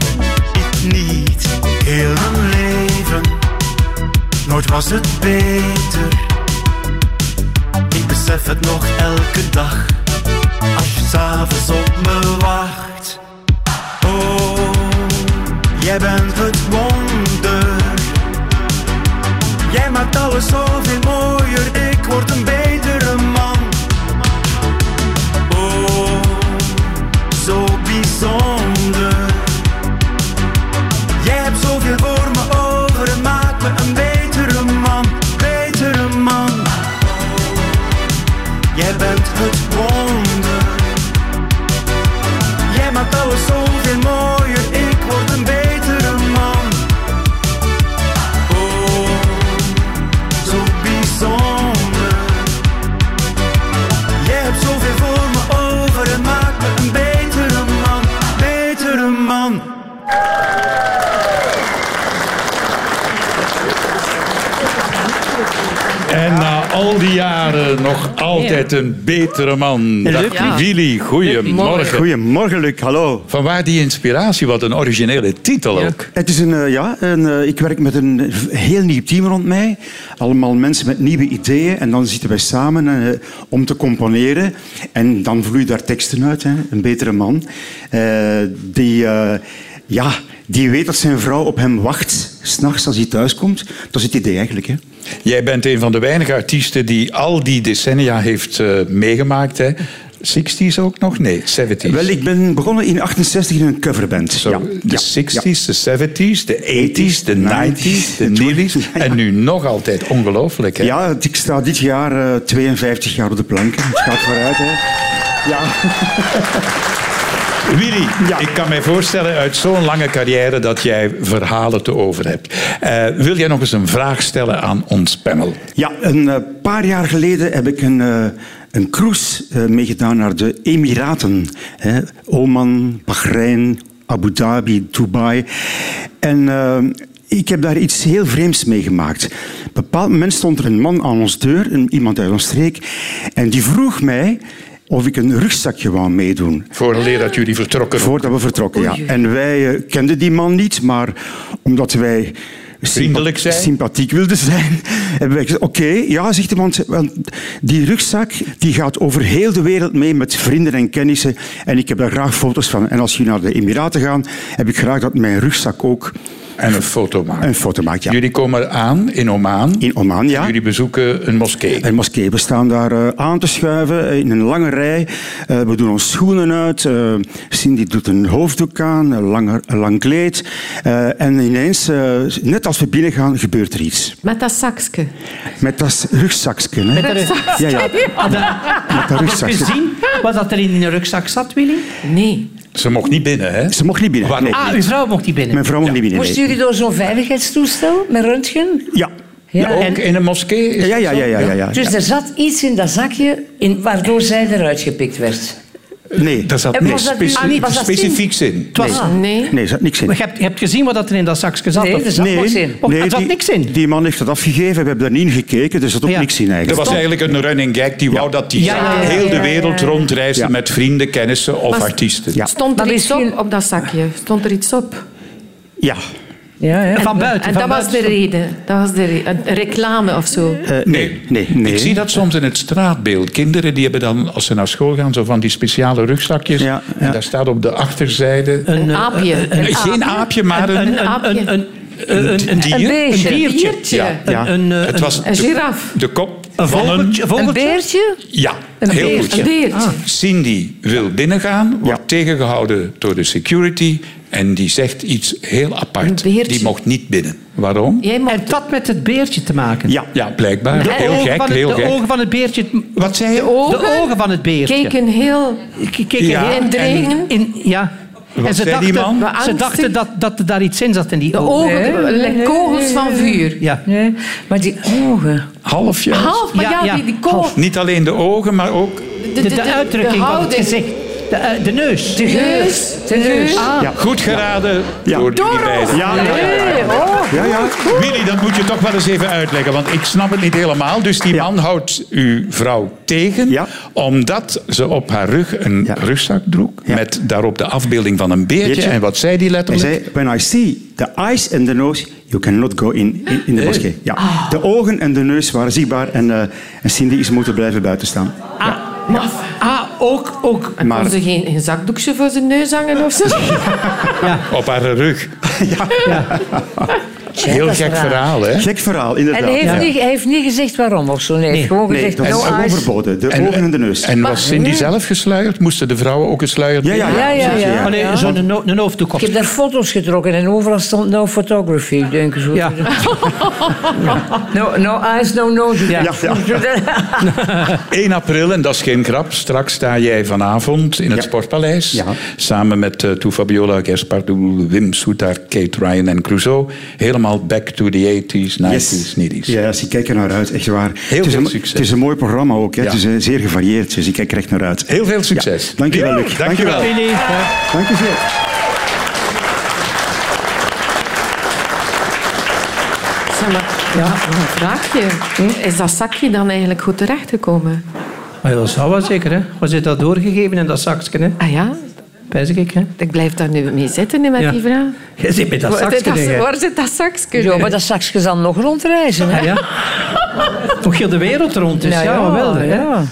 Speaker 8: ik niet heel mijn leven, nooit was het beter. Ik besef het nog elke dag, als je s'avonds op me wacht. Oh, jij bent het wonder. Jij maakt alles zoveel mooier, ik word een betere man. Oh, zo bijzonder. Jij hebt zoveel voor me over en maakt me een betere man, betere man. Jij bent het wonder. Jij maakt alles zoveel mooier, ik word een betere man. Oh, zo bijzonder. Je hebt zoveel voor me over en maakt me een betere man, betere man.
Speaker 4: En na al die jaren nog altijd een betere man. Dag
Speaker 7: Ja.
Speaker 4: Willy, goeiemorgen.
Speaker 9: Goedemorgen, Luc. Hallo.
Speaker 4: Vanwaar die inspiratie? Wat een originele titel ook.
Speaker 9: Het is een, eh, ja, een, eh, ik werk met een heel nieuw team rond mij. Allemaal mensen met nieuwe ideeën. En dan zitten wij samen eh, om te componeren. En dan vloeien daar teksten uit. Hè. Een betere man. Eh, die, eh, ja, die weet dat zijn vrouw op hem wacht. S'nachts als hij thuiskomt. Dat is het idee eigenlijk. Hè.
Speaker 4: Jij bent een van de weinige artiesten die al die decennia heeft eh, meegemaakt. Hè? 60s ook nog? Nee, 70s.
Speaker 9: Wel, ik ben begonnen in 68 in een coverband.
Speaker 4: Zo,
Speaker 9: Ja.
Speaker 4: De
Speaker 9: Ja.
Speaker 4: 60s, de 70s, de 80s, de 90s, de
Speaker 9: Ja.
Speaker 4: nillies.
Speaker 9: Ja.
Speaker 4: En nu nog altijd. Ongelooflijk, hè?
Speaker 9: Ja, ik sta dit jaar eh, 52 jaar op de planken. Het gaat vooruit, hè. Ja.
Speaker 4: Willy,
Speaker 9: Ja.
Speaker 4: ik kan mij voorstellen uit zo'n lange carrière dat jij verhalen te over hebt. Eh, wil jij nog eens een vraag stellen aan ons panel?
Speaker 9: Ja, een eh, paar jaar geleden heb ik een, eh, een cruise eh, meegedaan naar de Emiraten. Hè. Oman, Bahrein, Abu Dhabi, Dubai. En eh, ik heb daar iets heel vreemds meegemaakt. Op een bepaald moment stond er een man aan ons deur, een, iemand uit ons streek. En die vroeg mij of ik een rugzakje wou meedoen.
Speaker 4: Voor een leer dat jullie vertrokken.
Speaker 9: Voordat we vertrokken, ja. En wij eh, kenden die man niet, maar omdat wij
Speaker 4: Vriendelijk zijn.
Speaker 9: sympathiek wilden zijn, hebben wij gezegd, oké, ja, zegt iemand, want die rugzak die gaat over heel de wereld mee met vrienden en kennissen en ik heb daar graag foto's van. En als jullie naar de Emiraten gaan, heb ik graag dat mijn rugzak ook
Speaker 4: En een foto maken.
Speaker 9: Een foto maakt, ja.
Speaker 4: Jullie komen aan in Oman.
Speaker 9: In Oman, ja.
Speaker 4: Jullie bezoeken een moskee.
Speaker 9: Een moskee. We staan daar eh, aan te schuiven eh, in een lange rij. Eh, we doen ons schoenen uit. eh, Cindy doet een hoofddoek aan, een, langer, een lang kleed. Eh, en ineens, eh, net als we binnengaan, gebeurt er iets.
Speaker 7: Met dat zakje.
Speaker 9: Met dat rugzakje. Hè?
Speaker 5: dat rugzakje.
Speaker 9: Ja, ja. Met dat rugzakje.
Speaker 5: Gezien wat dat er in de rugzak zat, Willy?
Speaker 7: Nee.
Speaker 4: Ze mocht niet binnen, hè?
Speaker 9: Ze mocht niet binnen.
Speaker 4: Waarom
Speaker 9: Nee.
Speaker 5: Ah, uw vrouw mocht niet binnen.
Speaker 9: Mijn vrouw mocht niet binnen. nee.
Speaker 6: Moesten jullie door zo'n veiligheidstoestel met röntgen?
Speaker 9: Ja.
Speaker 6: Ja.
Speaker 4: Ook in een moskee? Is
Speaker 9: Ja,
Speaker 4: dat
Speaker 9: ja,
Speaker 4: zo?
Speaker 9: ja, ja, ja, ja.
Speaker 6: Dus er zat iets in dat zakje waardoor zij eruit gepikt werd.
Speaker 9: Nee,
Speaker 4: Daar zat
Speaker 6: En was
Speaker 4: niks
Speaker 6: dat nu-
Speaker 4: speci-
Speaker 6: ah, niet, was dat
Speaker 4: specifieks in.
Speaker 5: Het was,
Speaker 7: Nee.
Speaker 9: nee, er zat niks in.
Speaker 5: Maar je, hebt, je hebt gezien wat dat er in dat zakje zat.
Speaker 6: Nee,
Speaker 5: of-
Speaker 6: er zat niks in.
Speaker 5: Of er zat
Speaker 9: die,
Speaker 5: niks in.
Speaker 9: Die man heeft dat afgegeven. We hebben daar niet in gekeken. dus Er zat ook
Speaker 5: Ja.
Speaker 9: niks in
Speaker 4: Er
Speaker 9: eigenlijk.
Speaker 4: was eigenlijk een running gag die wou dat hij
Speaker 5: Ja, ja, ja,
Speaker 4: heel de wereld rondreisde
Speaker 9: Ja.
Speaker 4: met vrienden, kennissen of artiesten.
Speaker 9: Ja.
Speaker 7: Stond er
Speaker 6: Maar
Speaker 7: iets
Speaker 6: misschien-
Speaker 7: op op dat zakje? Stond er iets op?
Speaker 9: Ja.
Speaker 6: Ja, hè?
Speaker 5: Van buiten.
Speaker 7: En
Speaker 5: van
Speaker 7: dat was de
Speaker 5: buiten.
Speaker 7: reden. Dat was de re- een reclame of zo.
Speaker 9: Eh, nee, nee, nee.
Speaker 4: Ik zie dat soms in het straatbeeld. Kinderen die hebben dan, als ze naar school gaan, zo van die speciale rugzakjes.
Speaker 9: Ja, ja.
Speaker 4: En daar staat op de achterzijde...
Speaker 7: Een, aapje. Een,
Speaker 4: eh, geen aapje, maar een,
Speaker 5: Een, een, een, een, een, een,
Speaker 4: dier.
Speaker 6: Een beestje.
Speaker 5: Een diertje.
Speaker 4: Ja.
Speaker 9: Ja.
Speaker 5: Een, een, eh,
Speaker 4: Het was
Speaker 7: Een
Speaker 4: de-
Speaker 7: giraf.
Speaker 4: De, kop
Speaker 5: een
Speaker 4: van een...
Speaker 5: vogeltje.
Speaker 6: Een
Speaker 5: vogeltje?
Speaker 6: beertje?
Speaker 4: Ja,
Speaker 6: Een
Speaker 4: heel
Speaker 6: beer.
Speaker 4: goed.
Speaker 7: Een beertje.
Speaker 4: Ah. Cindy wil binnengaan, wordt
Speaker 9: Ja.
Speaker 4: tegengehouden door de security... en die zegt iets heel apart.
Speaker 7: Een beertje.
Speaker 4: Die mocht niet binnen. Waarom?
Speaker 7: Jij mocht
Speaker 5: En dat met het beertje te maken.
Speaker 9: Ja.
Speaker 4: Ja, blijkbaar.
Speaker 5: De,
Speaker 4: heel
Speaker 5: ogen,
Speaker 4: gek,
Speaker 5: van het,
Speaker 4: heel
Speaker 5: de
Speaker 4: gek.
Speaker 5: ogen van het beertje.
Speaker 4: Wat zei je?
Speaker 7: ogen
Speaker 5: De ogen van het beertje.
Speaker 7: keken heel...
Speaker 5: K- keken
Speaker 4: Ja,
Speaker 5: heel-
Speaker 7: en dringen.
Speaker 5: In, ja.
Speaker 4: Wat
Speaker 5: en ze
Speaker 4: zei die
Speaker 5: dachten,
Speaker 4: man?
Speaker 7: Wat
Speaker 5: ze
Speaker 7: angstig.
Speaker 5: dachten dat, dat er daar iets in zat in die
Speaker 7: De
Speaker 5: ogen.
Speaker 7: ogen,
Speaker 6: nee,
Speaker 7: like
Speaker 6: nee,
Speaker 7: kogels
Speaker 6: nee,
Speaker 7: van
Speaker 6: nee,
Speaker 7: vuur.
Speaker 5: Ja.
Speaker 6: Nee, maar die ogen.
Speaker 4: Half jaar.
Speaker 7: Half, maar
Speaker 5: Ja,
Speaker 7: ja,
Speaker 5: ja.
Speaker 7: die, die kogels...
Speaker 4: Niet alleen de ogen, maar ook
Speaker 7: De,
Speaker 5: De, de uitdrukking van het
Speaker 7: houding.
Speaker 5: gezicht. De, eh, de neus.
Speaker 6: De
Speaker 7: Neus.
Speaker 6: geur. De neus.
Speaker 4: goed geraden
Speaker 9: Ja.
Speaker 4: door jullie beiden.
Speaker 9: Ah, Ja, ja, ja.
Speaker 6: Nee, oh.
Speaker 9: ja, ja.
Speaker 4: Willy, dat moet je toch wel eens even uitleggen, want ik snap het niet helemaal. Dus die
Speaker 9: Ja.
Speaker 4: man houdt uw vrouw tegen,
Speaker 9: Ja.
Speaker 4: omdat ze op haar rug een
Speaker 9: Ja.
Speaker 4: rugzak droeg
Speaker 9: Ja.
Speaker 4: met daarop de afbeelding van een beertje.
Speaker 9: Beertje.
Speaker 4: En wat zei die
Speaker 9: Hij
Speaker 4: letterlijk?
Speaker 9: zei, when I see the eyes and the nose, you cannot go in, in, in de moskee.
Speaker 5: Ah.
Speaker 9: Ja. De ogen en de neus waren zichtbaar en, eh, en Cindy is moeten blijven buiten staan.
Speaker 5: Ah, maar- ah, ook, ook.
Speaker 7: En
Speaker 9: Maar-
Speaker 7: kon ze geen, geen zakdoekje voor zijn neus hangen of zo?
Speaker 4: Op haar rug. Heel
Speaker 6: dat is
Speaker 4: gek
Speaker 6: raar.
Speaker 4: verhaal, hè?
Speaker 9: Gek verhaal,
Speaker 6: En
Speaker 9: inderdaad.
Speaker 6: hij heeft,
Speaker 9: Ja.
Speaker 6: niet, hij heeft niet gezegd waarom of zo. Nee, hij heeft gewoon
Speaker 9: Nee,
Speaker 6: gezegd
Speaker 9: dat is
Speaker 6: no
Speaker 9: gewoon
Speaker 6: eyes.
Speaker 9: verboden. De ogen en de neus.
Speaker 4: En was Cindy zelf gesluierd? Moesten de vrouwen ook gesluierd
Speaker 9: ja, ja, ja.
Speaker 6: Ja, ja, ja.
Speaker 5: Oh, nee, Zo'n no- een hoofddoek op.
Speaker 6: Ik heb daar foto's getrokken en overal stond no photography. Ik denk zo.
Speaker 5: Ja.
Speaker 6: No, no eyes, no nose.
Speaker 5: Ja.
Speaker 9: Ja, ja.
Speaker 4: 1 april, en dat is geen grap, straks sta jij vanavond in het
Speaker 9: Ja.
Speaker 4: Sportpaleis.
Speaker 9: Ja.
Speaker 4: Samen met eh Toe Fabiola, Gerspardoel, Wim Soetar, Kate Ryan en Crusoe. Helemaal back to the 80s, 90s,
Speaker 9: Yes.
Speaker 4: 90s.
Speaker 9: Ja, ze kijken naar uit, echt waar. het is
Speaker 4: veel
Speaker 9: een,
Speaker 4: succes.
Speaker 9: Het is een mooi programma ook, hè.
Speaker 4: Ja.
Speaker 9: het is eh, zeer gevarieerd, dus ik kijk er echt naar uit.
Speaker 4: Heel veel succes.
Speaker 9: Ja. Dankjewel, Luc.
Speaker 4: Dankjewel.
Speaker 5: Willy, ja.
Speaker 9: Dank u zeer.
Speaker 7: Zeg maar, ja, een vraagje. Is dat zakje dan eigenlijk goed terechtgekomen?
Speaker 5: Maar dat zou wel zeker, hè. Was dit dat doorgegeven in dat zakje, hè?
Speaker 7: Ah ja?
Speaker 5: Wijs ik, hè.
Speaker 7: Ik blijf daar nu mee zitten hè, met
Speaker 5: Ja.
Speaker 7: die vraag.
Speaker 5: Je zit met dat
Speaker 7: Waar zit
Speaker 5: zakje,
Speaker 7: dat-
Speaker 5: hè.
Speaker 7: Waar zit dat zakje?
Speaker 6: Ja, maar dat zakje zal nog rondreizen. Hè? Nou
Speaker 5: Ah, ja. Toch heel de wereld rond is, Nou ja, wel. Hè.
Speaker 6: ja.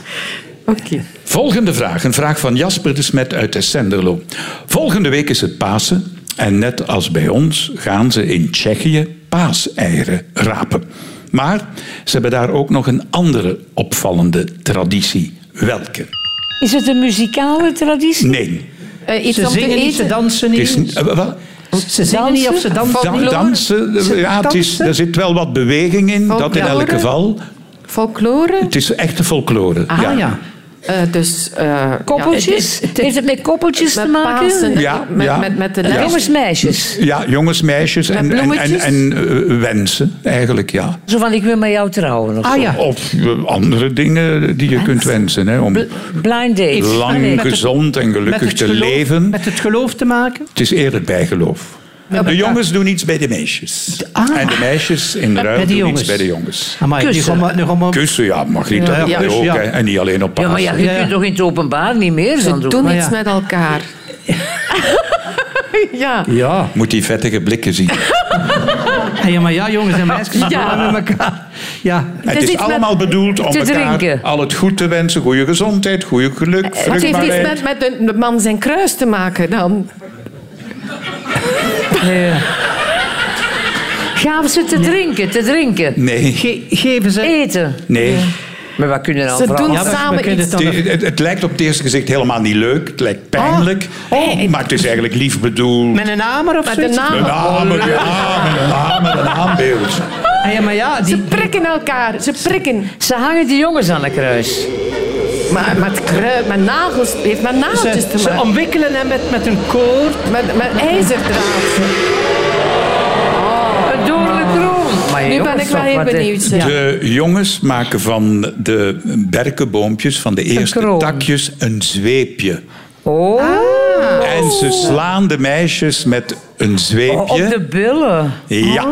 Speaker 7: Oké.
Speaker 4: Volgende vraag. Een vraag van Jasper de Smet uit Essenderlo. Volgende week is het Pasen. En net als bij ons gaan ze in Tsjechië paaseieren rapen. Maar ze hebben daar ook nog een andere opvallende traditie. Welke?
Speaker 6: Is het een muzikale traditie?
Speaker 4: Nee.
Speaker 7: Eh, iets
Speaker 5: Ze
Speaker 7: om te
Speaker 5: zingen niet, ze
Speaker 7: eten.
Speaker 5: dansen
Speaker 4: Het is,
Speaker 5: niet.
Speaker 4: eh, wel,
Speaker 5: Ze zingen niet of ze dansen.
Speaker 4: dan-
Speaker 7: Folklore?
Speaker 4: dansen, eh, ja, het is,
Speaker 5: dansen?
Speaker 4: er zit wel wat beweging in, dat in
Speaker 7: Folklore?
Speaker 4: elk geval.
Speaker 7: Folklore?
Speaker 4: Het is echte folklore.
Speaker 7: Ah,
Speaker 5: Ah, ja.
Speaker 7: Eh, dus, eh,
Speaker 6: Koppeltjes? Heeft het met koppeltjes
Speaker 7: ja,
Speaker 6: te
Speaker 7: met
Speaker 6: maken?
Speaker 7: Pasen,
Speaker 4: Ja,
Speaker 7: met,
Speaker 4: ja.
Speaker 7: met, met de
Speaker 4: Ja.
Speaker 7: letters.
Speaker 6: Jongens, meisjes.
Speaker 4: Ja, jongens, meisjes en,
Speaker 7: Met
Speaker 4: en, en,
Speaker 7: bloemetjes?
Speaker 4: en, eh, wensen, eigenlijk, ja.
Speaker 6: Zo van, ik wil met jou trouwen. Of
Speaker 5: Ah
Speaker 6: zo.
Speaker 5: ja.
Speaker 4: Of eh, andere dingen die je kunt wensen, hè, om
Speaker 6: Blind date. Ah, nee.
Speaker 4: lang,
Speaker 5: het-
Speaker 4: gezond en
Speaker 5: Met
Speaker 4: gelukkig
Speaker 5: het
Speaker 4: te
Speaker 5: geloof-
Speaker 4: leven.
Speaker 5: Met het geloof te maken.
Speaker 4: Het is eerder bijgeloof. De jongens doen iets bij de meisjes.
Speaker 5: Ah.
Speaker 4: En de meisjes in de
Speaker 5: Bij
Speaker 4: ruil
Speaker 5: de
Speaker 4: doen iets
Speaker 5: jongens.
Speaker 4: bij de jongens.
Speaker 5: Amai, nu
Speaker 6: Kussen.
Speaker 5: gaan we- nu gaan we-
Speaker 4: Kussen, ja, Margriet,
Speaker 5: Ja,
Speaker 4: dat
Speaker 5: ja,
Speaker 4: ook.
Speaker 5: ja.
Speaker 4: hè, En niet alleen op
Speaker 6: Ja, maar
Speaker 4: Pasen.
Speaker 6: ja, je
Speaker 5: Ja, ja.
Speaker 6: kunt toch in het openbaar niet meer
Speaker 7: Ze
Speaker 6: dan doen?
Speaker 7: doen
Speaker 5: Maar
Speaker 7: iets
Speaker 5: ja.
Speaker 7: met elkaar. ja.
Speaker 5: Ja.
Speaker 4: Moet die vettige blikken zien.
Speaker 5: Ah, ja, maar ja, jongens en meisjes,
Speaker 7: Ja.
Speaker 5: ja. met elkaar. Ja.
Speaker 4: Het, is,
Speaker 7: Het is iets
Speaker 4: allemaal bedoeld om
Speaker 6: te
Speaker 4: elkaar
Speaker 6: drinken.
Speaker 4: al het goed te wensen. Goede gezondheid, goede geluk,
Speaker 7: Het Eh, heeft iets
Speaker 4: vruchtbaarheid.
Speaker 7: met, met de de man zijn kruis te maken dan.
Speaker 6: Gaven ze te drinken, te drinken?
Speaker 4: Nee.
Speaker 5: Ge- geven ze...
Speaker 6: Eten?
Speaker 4: Nee.
Speaker 6: Maar wat kunnen nou
Speaker 7: Ze doen
Speaker 5: maar we
Speaker 7: samen
Speaker 5: kunnen
Speaker 7: iets.
Speaker 5: het
Speaker 4: Het, het- het lijkt op het eerste gezicht helemaal niet leuk. Het lijkt pijnlijk. maar het is eigenlijk lief bedoeld.
Speaker 5: Met een hamer of
Speaker 7: Met
Speaker 5: zoiets?
Speaker 7: een
Speaker 4: Een
Speaker 7: naam.
Speaker 4: hamer, ja, met een hamer, een aanbeeld.
Speaker 5: Ah, ja, maar ja,
Speaker 7: Ze
Speaker 5: die...
Speaker 7: prikken elkaar, ze prikken.
Speaker 6: Ze hangen die jongens aan een kruis.
Speaker 7: Maar met, kruid, met nagels, heeft met nageltjes
Speaker 5: Ze,
Speaker 7: te
Speaker 5: ze
Speaker 7: maken.
Speaker 5: omwikkelen hem met, met een koord.
Speaker 7: Met, met ijzerdraad.
Speaker 5: Oh.
Speaker 6: Een dode kroon. Maar
Speaker 7: Nu ben
Speaker 6: jongens,
Speaker 7: ik wel
Speaker 6: toch,
Speaker 7: heel
Speaker 6: wat, hè?
Speaker 7: benieuwd. zeg.
Speaker 4: De jongens maken van de berkenboompjes, van de eerste
Speaker 6: kroon.
Speaker 4: takjes, een zweepje.
Speaker 6: Oh,
Speaker 5: Ah.
Speaker 4: En ze slaan de meisjes met een
Speaker 6: op de
Speaker 4: zweepje.
Speaker 6: billen.
Speaker 4: Ja.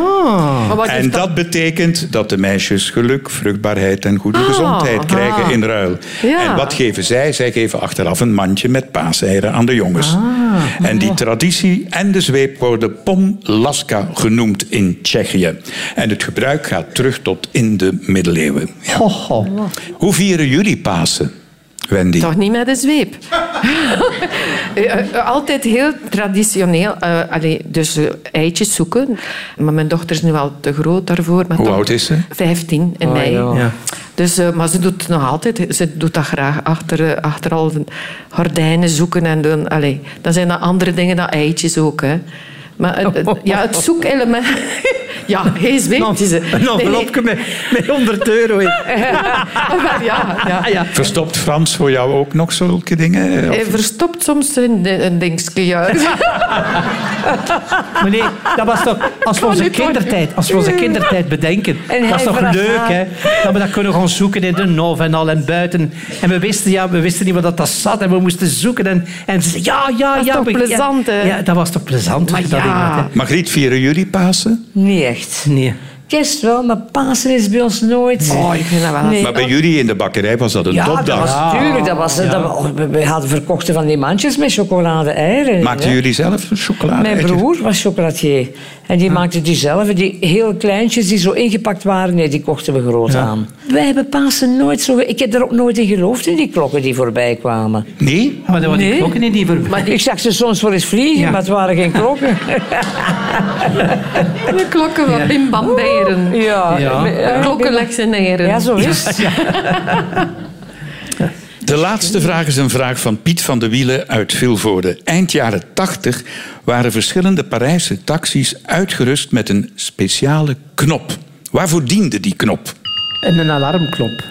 Speaker 7: Maar wat
Speaker 4: En
Speaker 7: heeft
Speaker 4: dat betekent dat de meisjes geluk, vruchtbaarheid en goede gezondheid krijgen in ruil.
Speaker 7: Ah, Ja.
Speaker 4: En wat geven zij? Zij geven achteraf een mandje met paaseieren aan de jongens.
Speaker 7: Ah.
Speaker 4: En die traditie en de zweep worden pomlaska genoemd in Tsjechië. En het gebruik gaat terug tot in de middeleeuwen. Ja. Hoe vieren jullie Pasen, Wendy?
Speaker 7: Toch niet met de zweep. Eh, eh, Altijd heel traditioneel. eh, allee, dus eh, eitjes zoeken. Maar mijn dochter is nu al te groot daarvoor. Maar
Speaker 4: Hoe
Speaker 7: toch
Speaker 4: oud is ze?
Speaker 7: 15
Speaker 5: Oh,
Speaker 7: in mei. Dus, eh, maar ze doet het nog altijd. Ze doet dat graag achter, eh, achter al de gordijnen zoeken. En doen, allee, dan zijn dat andere dingen dan eitjes ook. Hè. Maar het, het- ja, het zoekelement... ja, geen zweepjes. hè.
Speaker 5: Een
Speaker 7: Nee, nee.
Speaker 5: envelopje met, met 100 euro in.
Speaker 7: ja, ja.
Speaker 5: Ah, ja.
Speaker 4: Verstopt Frans voor jou ook nog zulke dingen?
Speaker 7: Hij verstopt soms een, een dingetje. Ja.
Speaker 5: Meneer, dat was toch... Als we onze kindertijd, als we onze kindertijd bedenken,
Speaker 6: En
Speaker 5: dat was
Speaker 6: hij
Speaker 5: toch
Speaker 6: vraagt
Speaker 5: leuk,
Speaker 6: na.
Speaker 5: hè? Dat we dat kunnen gaan zoeken in de nof en al en buiten. En we wisten, ja, we wisten niet wat dat zat en we moesten zoeken. En, en ze zei, ja, ja,
Speaker 7: Dat is
Speaker 5: ja.
Speaker 7: toch
Speaker 5: we- ja.
Speaker 7: plezant, hè?
Speaker 5: Ja, dat was toch plezant.
Speaker 7: Maar
Speaker 5: hoe dat
Speaker 7: ja.
Speaker 5: inderdaad, hè.
Speaker 4: Margriet, vieren jullie Pasen?
Speaker 6: Niet echt.
Speaker 5: Nee.
Speaker 6: Kerst wel, maar Pasen is bij ons nooit.
Speaker 7: Oh, ik vind dat wel
Speaker 6: Nee.
Speaker 4: Maar bij jullie in de bakkerij was dat een
Speaker 6: Ja,
Speaker 4: topdag.
Speaker 6: dat was natuurlijk. Dat was, dat, we- oh, we- we hadden verkochten van die mandjes met chocolade-eieren.
Speaker 4: Maakten
Speaker 6: hè.
Speaker 4: jullie zelf chocolade?
Speaker 6: Eh, Mijn
Speaker 4: uit je-
Speaker 6: broer was chocolatier. En die maakte die zelf. En Die heel kleintjes die zo ingepakt waren, nee, die kochten we groot aan. Wij hebben Pasen nooit zo... ge- Ik heb er ook nooit in geloofd, in die klokken die voorbij kwamen.
Speaker 4: Nee?
Speaker 5: Maar dat waren die
Speaker 6: Nee.
Speaker 5: klokken in die ver...
Speaker 6: Ik zag ze soms voor eens vliegen,
Speaker 5: Ja.
Speaker 6: maar het waren geen klokken.
Speaker 7: De klokken van Bim Bam Beieren.
Speaker 6: ja.
Speaker 5: Ja.
Speaker 7: De Klokken lectioneren.
Speaker 6: Ja, zo is het.
Speaker 4: De laatste vraag is een vraag van Piet van de Wielen uit Vilvoorde. Eind jaren 80 waren verschillende Parijse taxis uitgerust met een speciale knop. Waarvoor diende die knop?
Speaker 5: En een alarmklop.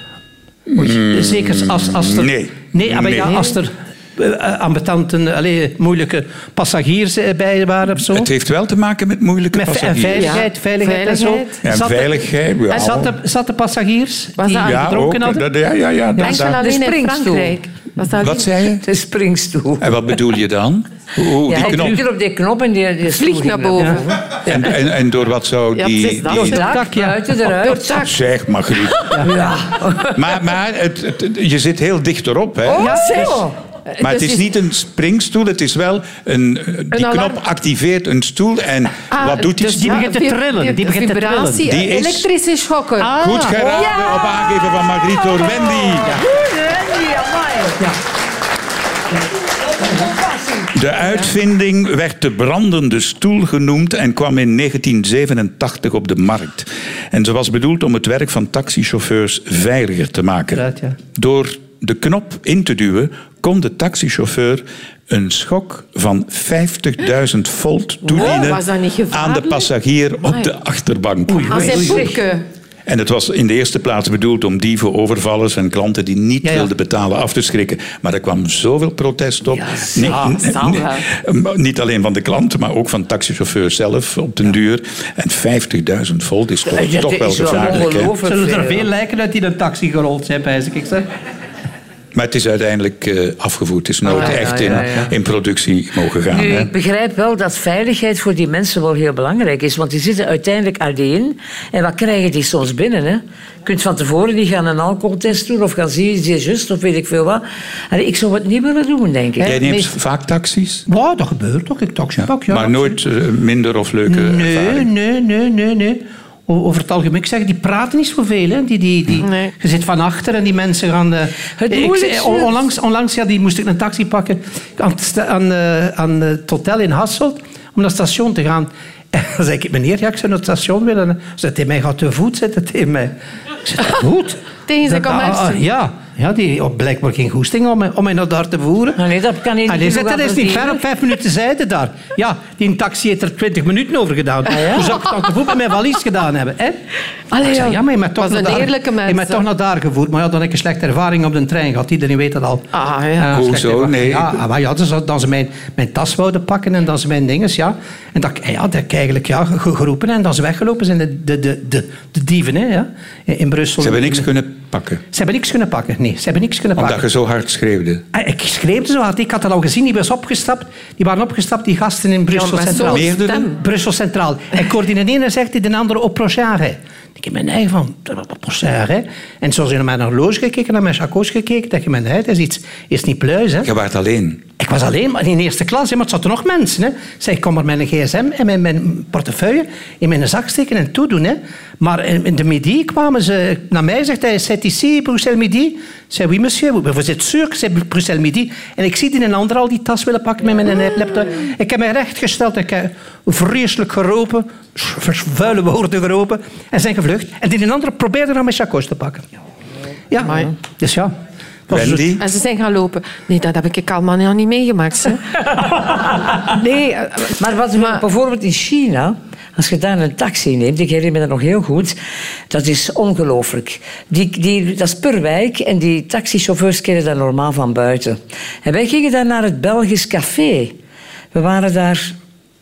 Speaker 5: Moet je- Zeker als, als er...
Speaker 4: Mm, nee.
Speaker 5: Nee, ah, maar ja,
Speaker 4: Nee.
Speaker 5: als er eh, ambetanten, allee, moeilijke passagiers eh, bij waren of zo.
Speaker 4: Het heeft wel te maken met moeilijke
Speaker 5: Met ve- en
Speaker 4: passagiers.
Speaker 5: veiligheid,
Speaker 7: Ja,
Speaker 5: veiligheid, en zo.
Speaker 7: veiligheid.
Speaker 4: Ja, en
Speaker 5: Zat de-
Speaker 4: veiligheid, ja.
Speaker 5: En zat de, zat de passagiers
Speaker 7: Was
Speaker 5: die
Speaker 7: dat-
Speaker 4: Ja, ook.
Speaker 5: gedronken hadden?
Speaker 4: Dat- Ja, ja, ja, dat-
Speaker 7: Enkel
Speaker 4: daar-
Speaker 7: alleen in
Speaker 6: springstoel.
Speaker 7: Frankrijk. Was dat
Speaker 4: Wat zei je?
Speaker 6: De springstoel.
Speaker 4: En wat bedoel je dan? Hoe,
Speaker 6: Ja,
Speaker 4: die
Speaker 6: hij
Speaker 4: knop.
Speaker 6: drukte op die knop en die, die
Speaker 7: Vlieg naar boven.
Speaker 4: En, en, en door wat zou
Speaker 7: Ja,
Speaker 4: die...
Speaker 7: precies dat.
Speaker 4: die-
Speaker 6: Door het dak,
Speaker 5: ja.
Speaker 6: buiten
Speaker 7: Door
Speaker 6: eruit.
Speaker 7: het dak.
Speaker 4: Zeg, Margriet. Maar, maar het, het- je zit heel dicht erop, hè?
Speaker 7: Oh. Ja, zeg.
Speaker 4: Maar het
Speaker 7: Dus
Speaker 4: is niet een springstoel, het is wel een. eh, Die
Speaker 7: alarm.
Speaker 4: knop activeert een stoel en
Speaker 7: Ah,
Speaker 4: wat doet die
Speaker 7: dus
Speaker 4: stoel?
Speaker 5: Die begint te
Speaker 7: vi-
Speaker 5: trillen,
Speaker 7: vi-
Speaker 5: die begint te
Speaker 7: vibratie,
Speaker 4: trillen. Ah, Die is-
Speaker 7: elektrische schokken.
Speaker 4: Goed geraden
Speaker 7: Ah, Ja!
Speaker 4: op aangeven van Margriet door Wendy. De uitvinding werd de brandende stoel genoemd en kwam in 1987 op de markt. En ze was bedoeld om het werk van taxichauffeurs veiliger te maken.
Speaker 5: Inderdaad, ja.
Speaker 4: Door de knop in te duwen kon de taxichauffeur een schok van 50.000 volt toedienen
Speaker 7: Oh, was dat niet
Speaker 4: aan de
Speaker 7: gevaarlijk?
Speaker 4: passagier op
Speaker 7: Amai.
Speaker 4: de achterbank.
Speaker 7: Als hij boeken.
Speaker 4: En het was in de eerste plaats bedoeld om dieven, overvallers en klanten die niet
Speaker 5: Ja, ja.
Speaker 4: wilden betalen af te schrikken. Maar er kwam zoveel protest op. Nee, nee,
Speaker 7: zal
Speaker 4: nee. Maar niet alleen van de klanten, maar ook van taxichauffeurs zelf op den duur. En 50.000 volt is toch,
Speaker 6: Ja,
Speaker 4: toch
Speaker 6: dat
Speaker 4: wel
Speaker 6: is wel
Speaker 4: gevaarlijk. hè?
Speaker 6: ongelooflijk
Speaker 5: Zullen er
Speaker 6: veel.
Speaker 5: veel lijken uit die in een taxi gerold zijn, bij ik zeg.
Speaker 4: Maar het is uiteindelijk eh, afgevoerd. Het is nooit
Speaker 6: Ah, ja,
Speaker 4: echt
Speaker 6: ja,
Speaker 4: in,
Speaker 6: ja.
Speaker 4: in productie mogen gaan.
Speaker 6: Nu,
Speaker 4: hè?
Speaker 6: ik begrijp wel dat veiligheid voor die mensen wel heel belangrijk is. Want die zitten uiteindelijk alleen. En wat krijgen die soms binnen? Hè? Je kunt van tevoren die gaan een alcoholtest doen. Of gaan zien, is die just of weet ik veel wat. Allee, ik zou het niet willen doen, denk ik.
Speaker 4: Jij neemt
Speaker 6: Meest-
Speaker 4: vaak taxis,
Speaker 5: Wow, dat gebeurt toch, ik taxipak, ja.
Speaker 4: maar nooit eh, minder of leuke
Speaker 5: Nee,
Speaker 4: ervaring.
Speaker 5: nee, nee, nee, nee. O- Over het algemeen, ik zeg, die praten niet zoveel. Hè. Die, die, die,
Speaker 7: Nee.
Speaker 5: Je zit van achter en die mensen gaan... eh,
Speaker 6: Het
Speaker 5: ik-
Speaker 6: moeilijkste-
Speaker 5: on- onlangs onlangs ja, die moest ik een taxi pakken aan, het sta- aan, eh, aan eh, het hotel in Hasselt. om naar het station te gaan. En dan zei ik, meneer, ja, ik zou naar het station willen. Hij zei tegen mij, gaat te voet zitten tegen mij. Ik zei, te voet?
Speaker 7: Tegen zijn
Speaker 5: Dat- ah,
Speaker 7: commercie.
Speaker 5: ah, Ja, ja die had blijkbaar geen goesting om, mij- om mij naar daar te voeren.
Speaker 6: Allee, Nou, dat kan je niet
Speaker 5: Allee,
Speaker 6: genoeg
Speaker 5: zet, dat is dus niet ver,
Speaker 6: applauderen.
Speaker 5: op vijf minuten zijde daar. Ja, die taxi heeft er twintig minuten over gedaan. Hoe zou ik dan te voet met mijn valies gedaan hebben? Hè?
Speaker 7: Ah, Allee,
Speaker 5: ik zei,
Speaker 7: ja.
Speaker 5: ja, maar je bent toch,
Speaker 7: Was
Speaker 5: naar
Speaker 7: een
Speaker 5: daar,
Speaker 7: eerlijke mens,
Speaker 5: je bent
Speaker 7: hè?
Speaker 5: toch naar daar gevoerd. Maar ja, dan heb ik een slechte ervaring op de trein gehad. Iedereen weet dat al. Eh,
Speaker 7: Ah, ja.
Speaker 5: slechte
Speaker 4: Hoezo?
Speaker 5: ervaring.
Speaker 4: Nee.
Speaker 5: Ja, ah, maar ja, dus dat, dat ze mijn, mijn tas wouden pakken en dat ze mijn dinges, ja. En dat, ik- ja, dat ik eigenlijk ja, ge- geroepen en dat ze weggelopen zijn. De, de, de, de, de dieven, hè, ja. in in Brussel.
Speaker 4: Ze hebben niks kunnen pakken.
Speaker 5: Ze hebben niks kunnen pakken. Nee, ze hebben niks kunnen
Speaker 4: Omdat
Speaker 5: pakken.
Speaker 4: je zo hard schreeuwde.
Speaker 5: Ah, Ik schreef zo hard. Ik had dat al gezien. Die, was opgestapt. die waren opgestapt, die gasten in Brussel
Speaker 7: maar zo'n
Speaker 5: Centraal.
Speaker 7: dus Meerdere? stem.
Speaker 5: Brussel Centraal. En coördineerde zegt hij de andere op Prochard. Ik heb mijn eigen van Prochard. hè. En zo zijn naar mijn horloge gekeken, naar mijn chacots gekeken. Dat je mijn dat is iets, is niet pluis. Hè.
Speaker 4: Je waart alleen.
Speaker 5: Ik was alleen maar in eerste klas, hè, maar het zaten nog mensen. Hè. Ik Zei, ik kon maar mijn gsm en mijn, mijn portefeuille in mijn zak steken en toedoen. Hè. Maar in, in de midi kwamen ze naar mij zegt hij, c'est ici, Bruxelles midi? Ik zei, oui monsieur, we zitten sûr que c'est Bruxelles midi. En ik zie die een ander al die tas willen pakken met mijn laptop. Ik heb mij rechtgesteld, ik heb vreselijk geropen, vuile woorden geropen en zijn gevlucht. En die een ander probeerde naar mijn chacos te pakken. Ja, dus ja. Dat dus- was een
Speaker 4: Wendy?
Speaker 7: En ze zijn gaan lopen. Nee, dat heb ik allemaal nog niet meegemaakt. Hè. nee, eh,
Speaker 6: Maar wat we bijvoorbeeld in China, als je daar een taxi neemt, ik herinner me dat nog heel goed, dat is ongelooflijk. Die, die, dat is per wijk en die taxichauffeurs kennen dat normaal van buiten. En wij gingen daar naar het Belgisch café. We waren daar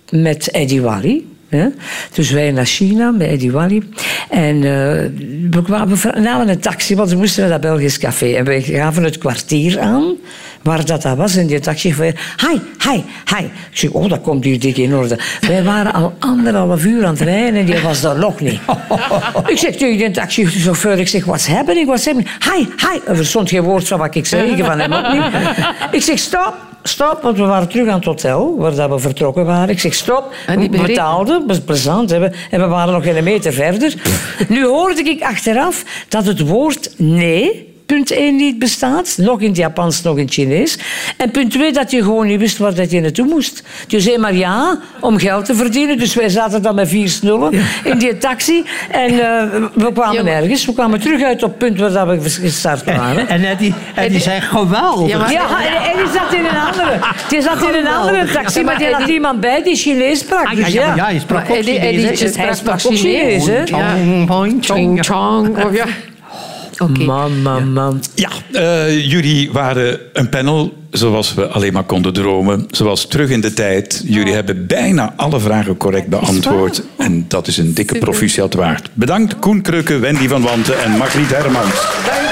Speaker 6: met Eddie Wally. Hè? Dus wij naar China met Eddie Wally. En eh, we, kwamen, we ver- namen een taxi, want we moesten naar dat Belgisch café. En we gaven het kwartier aan waar dat, dat was. En die taxi zei, hi, hi, hi. Ik zeg, oh, dat komt hier dik in orde. Wij waren al anderhalf uur aan het rijden en die was daar nog niet. ik zeg tegen die taxichauffeur, ik zeg, what's happening, what's happening? Hi, hi. Er verstond geen woord van wat ik zei, ik van hem ook niet. ik zeg, stop, stop, want we waren terug aan het hotel, waar dat we vertrokken waren. Ik zeg, stop.
Speaker 7: En die
Speaker 6: We
Speaker 7: begreep-
Speaker 6: betaalden, was plezant. Hè. En we waren nog geen meter verder. Nu hoorde ik achteraf dat het woord nee... Punt 1 niet bestaat, nog in het Japans, nog in het Chinees. En punt 2 dat je gewoon niet wist waar dat je naartoe moest. Je zei maar ja om geld te verdienen. Dus wij zaten dan met vier snullen in die taxi. En eh, we kwamen
Speaker 7: Ja, maar-
Speaker 6: ergens. We kwamen terug uit op het punt waar dat we gestart waren.
Speaker 5: En, en die, en die zijn geweldig.
Speaker 7: Ja, maar-
Speaker 6: Ja, en, en die zat in een andere. Die zat in een andere taxi, maar die had iemand bij die Chinees sprak.
Speaker 5: Ah, ja,
Speaker 6: Dus
Speaker 5: ja, maar ja, je sprak ook
Speaker 7: maar Eddie- Eddie
Speaker 5: Chinees. hè?
Speaker 6: Hij
Speaker 7: sprak
Speaker 6: sprak ook Chinees, hè?
Speaker 5: Chong, boing, chong.
Speaker 7: Chong, chong. Of ja. Oké.
Speaker 6: Man, man, man.
Speaker 4: Ja, eh, jullie waren een panel zoals we alleen maar konden dromen. Zoals terug in de tijd. Jullie hebben bijna alle vragen correct beantwoord. En dat is een dikke proficiat waard. Bedankt Koen Krukke, Wendy van Wanten en Margriet Hermans.
Speaker 7: Dank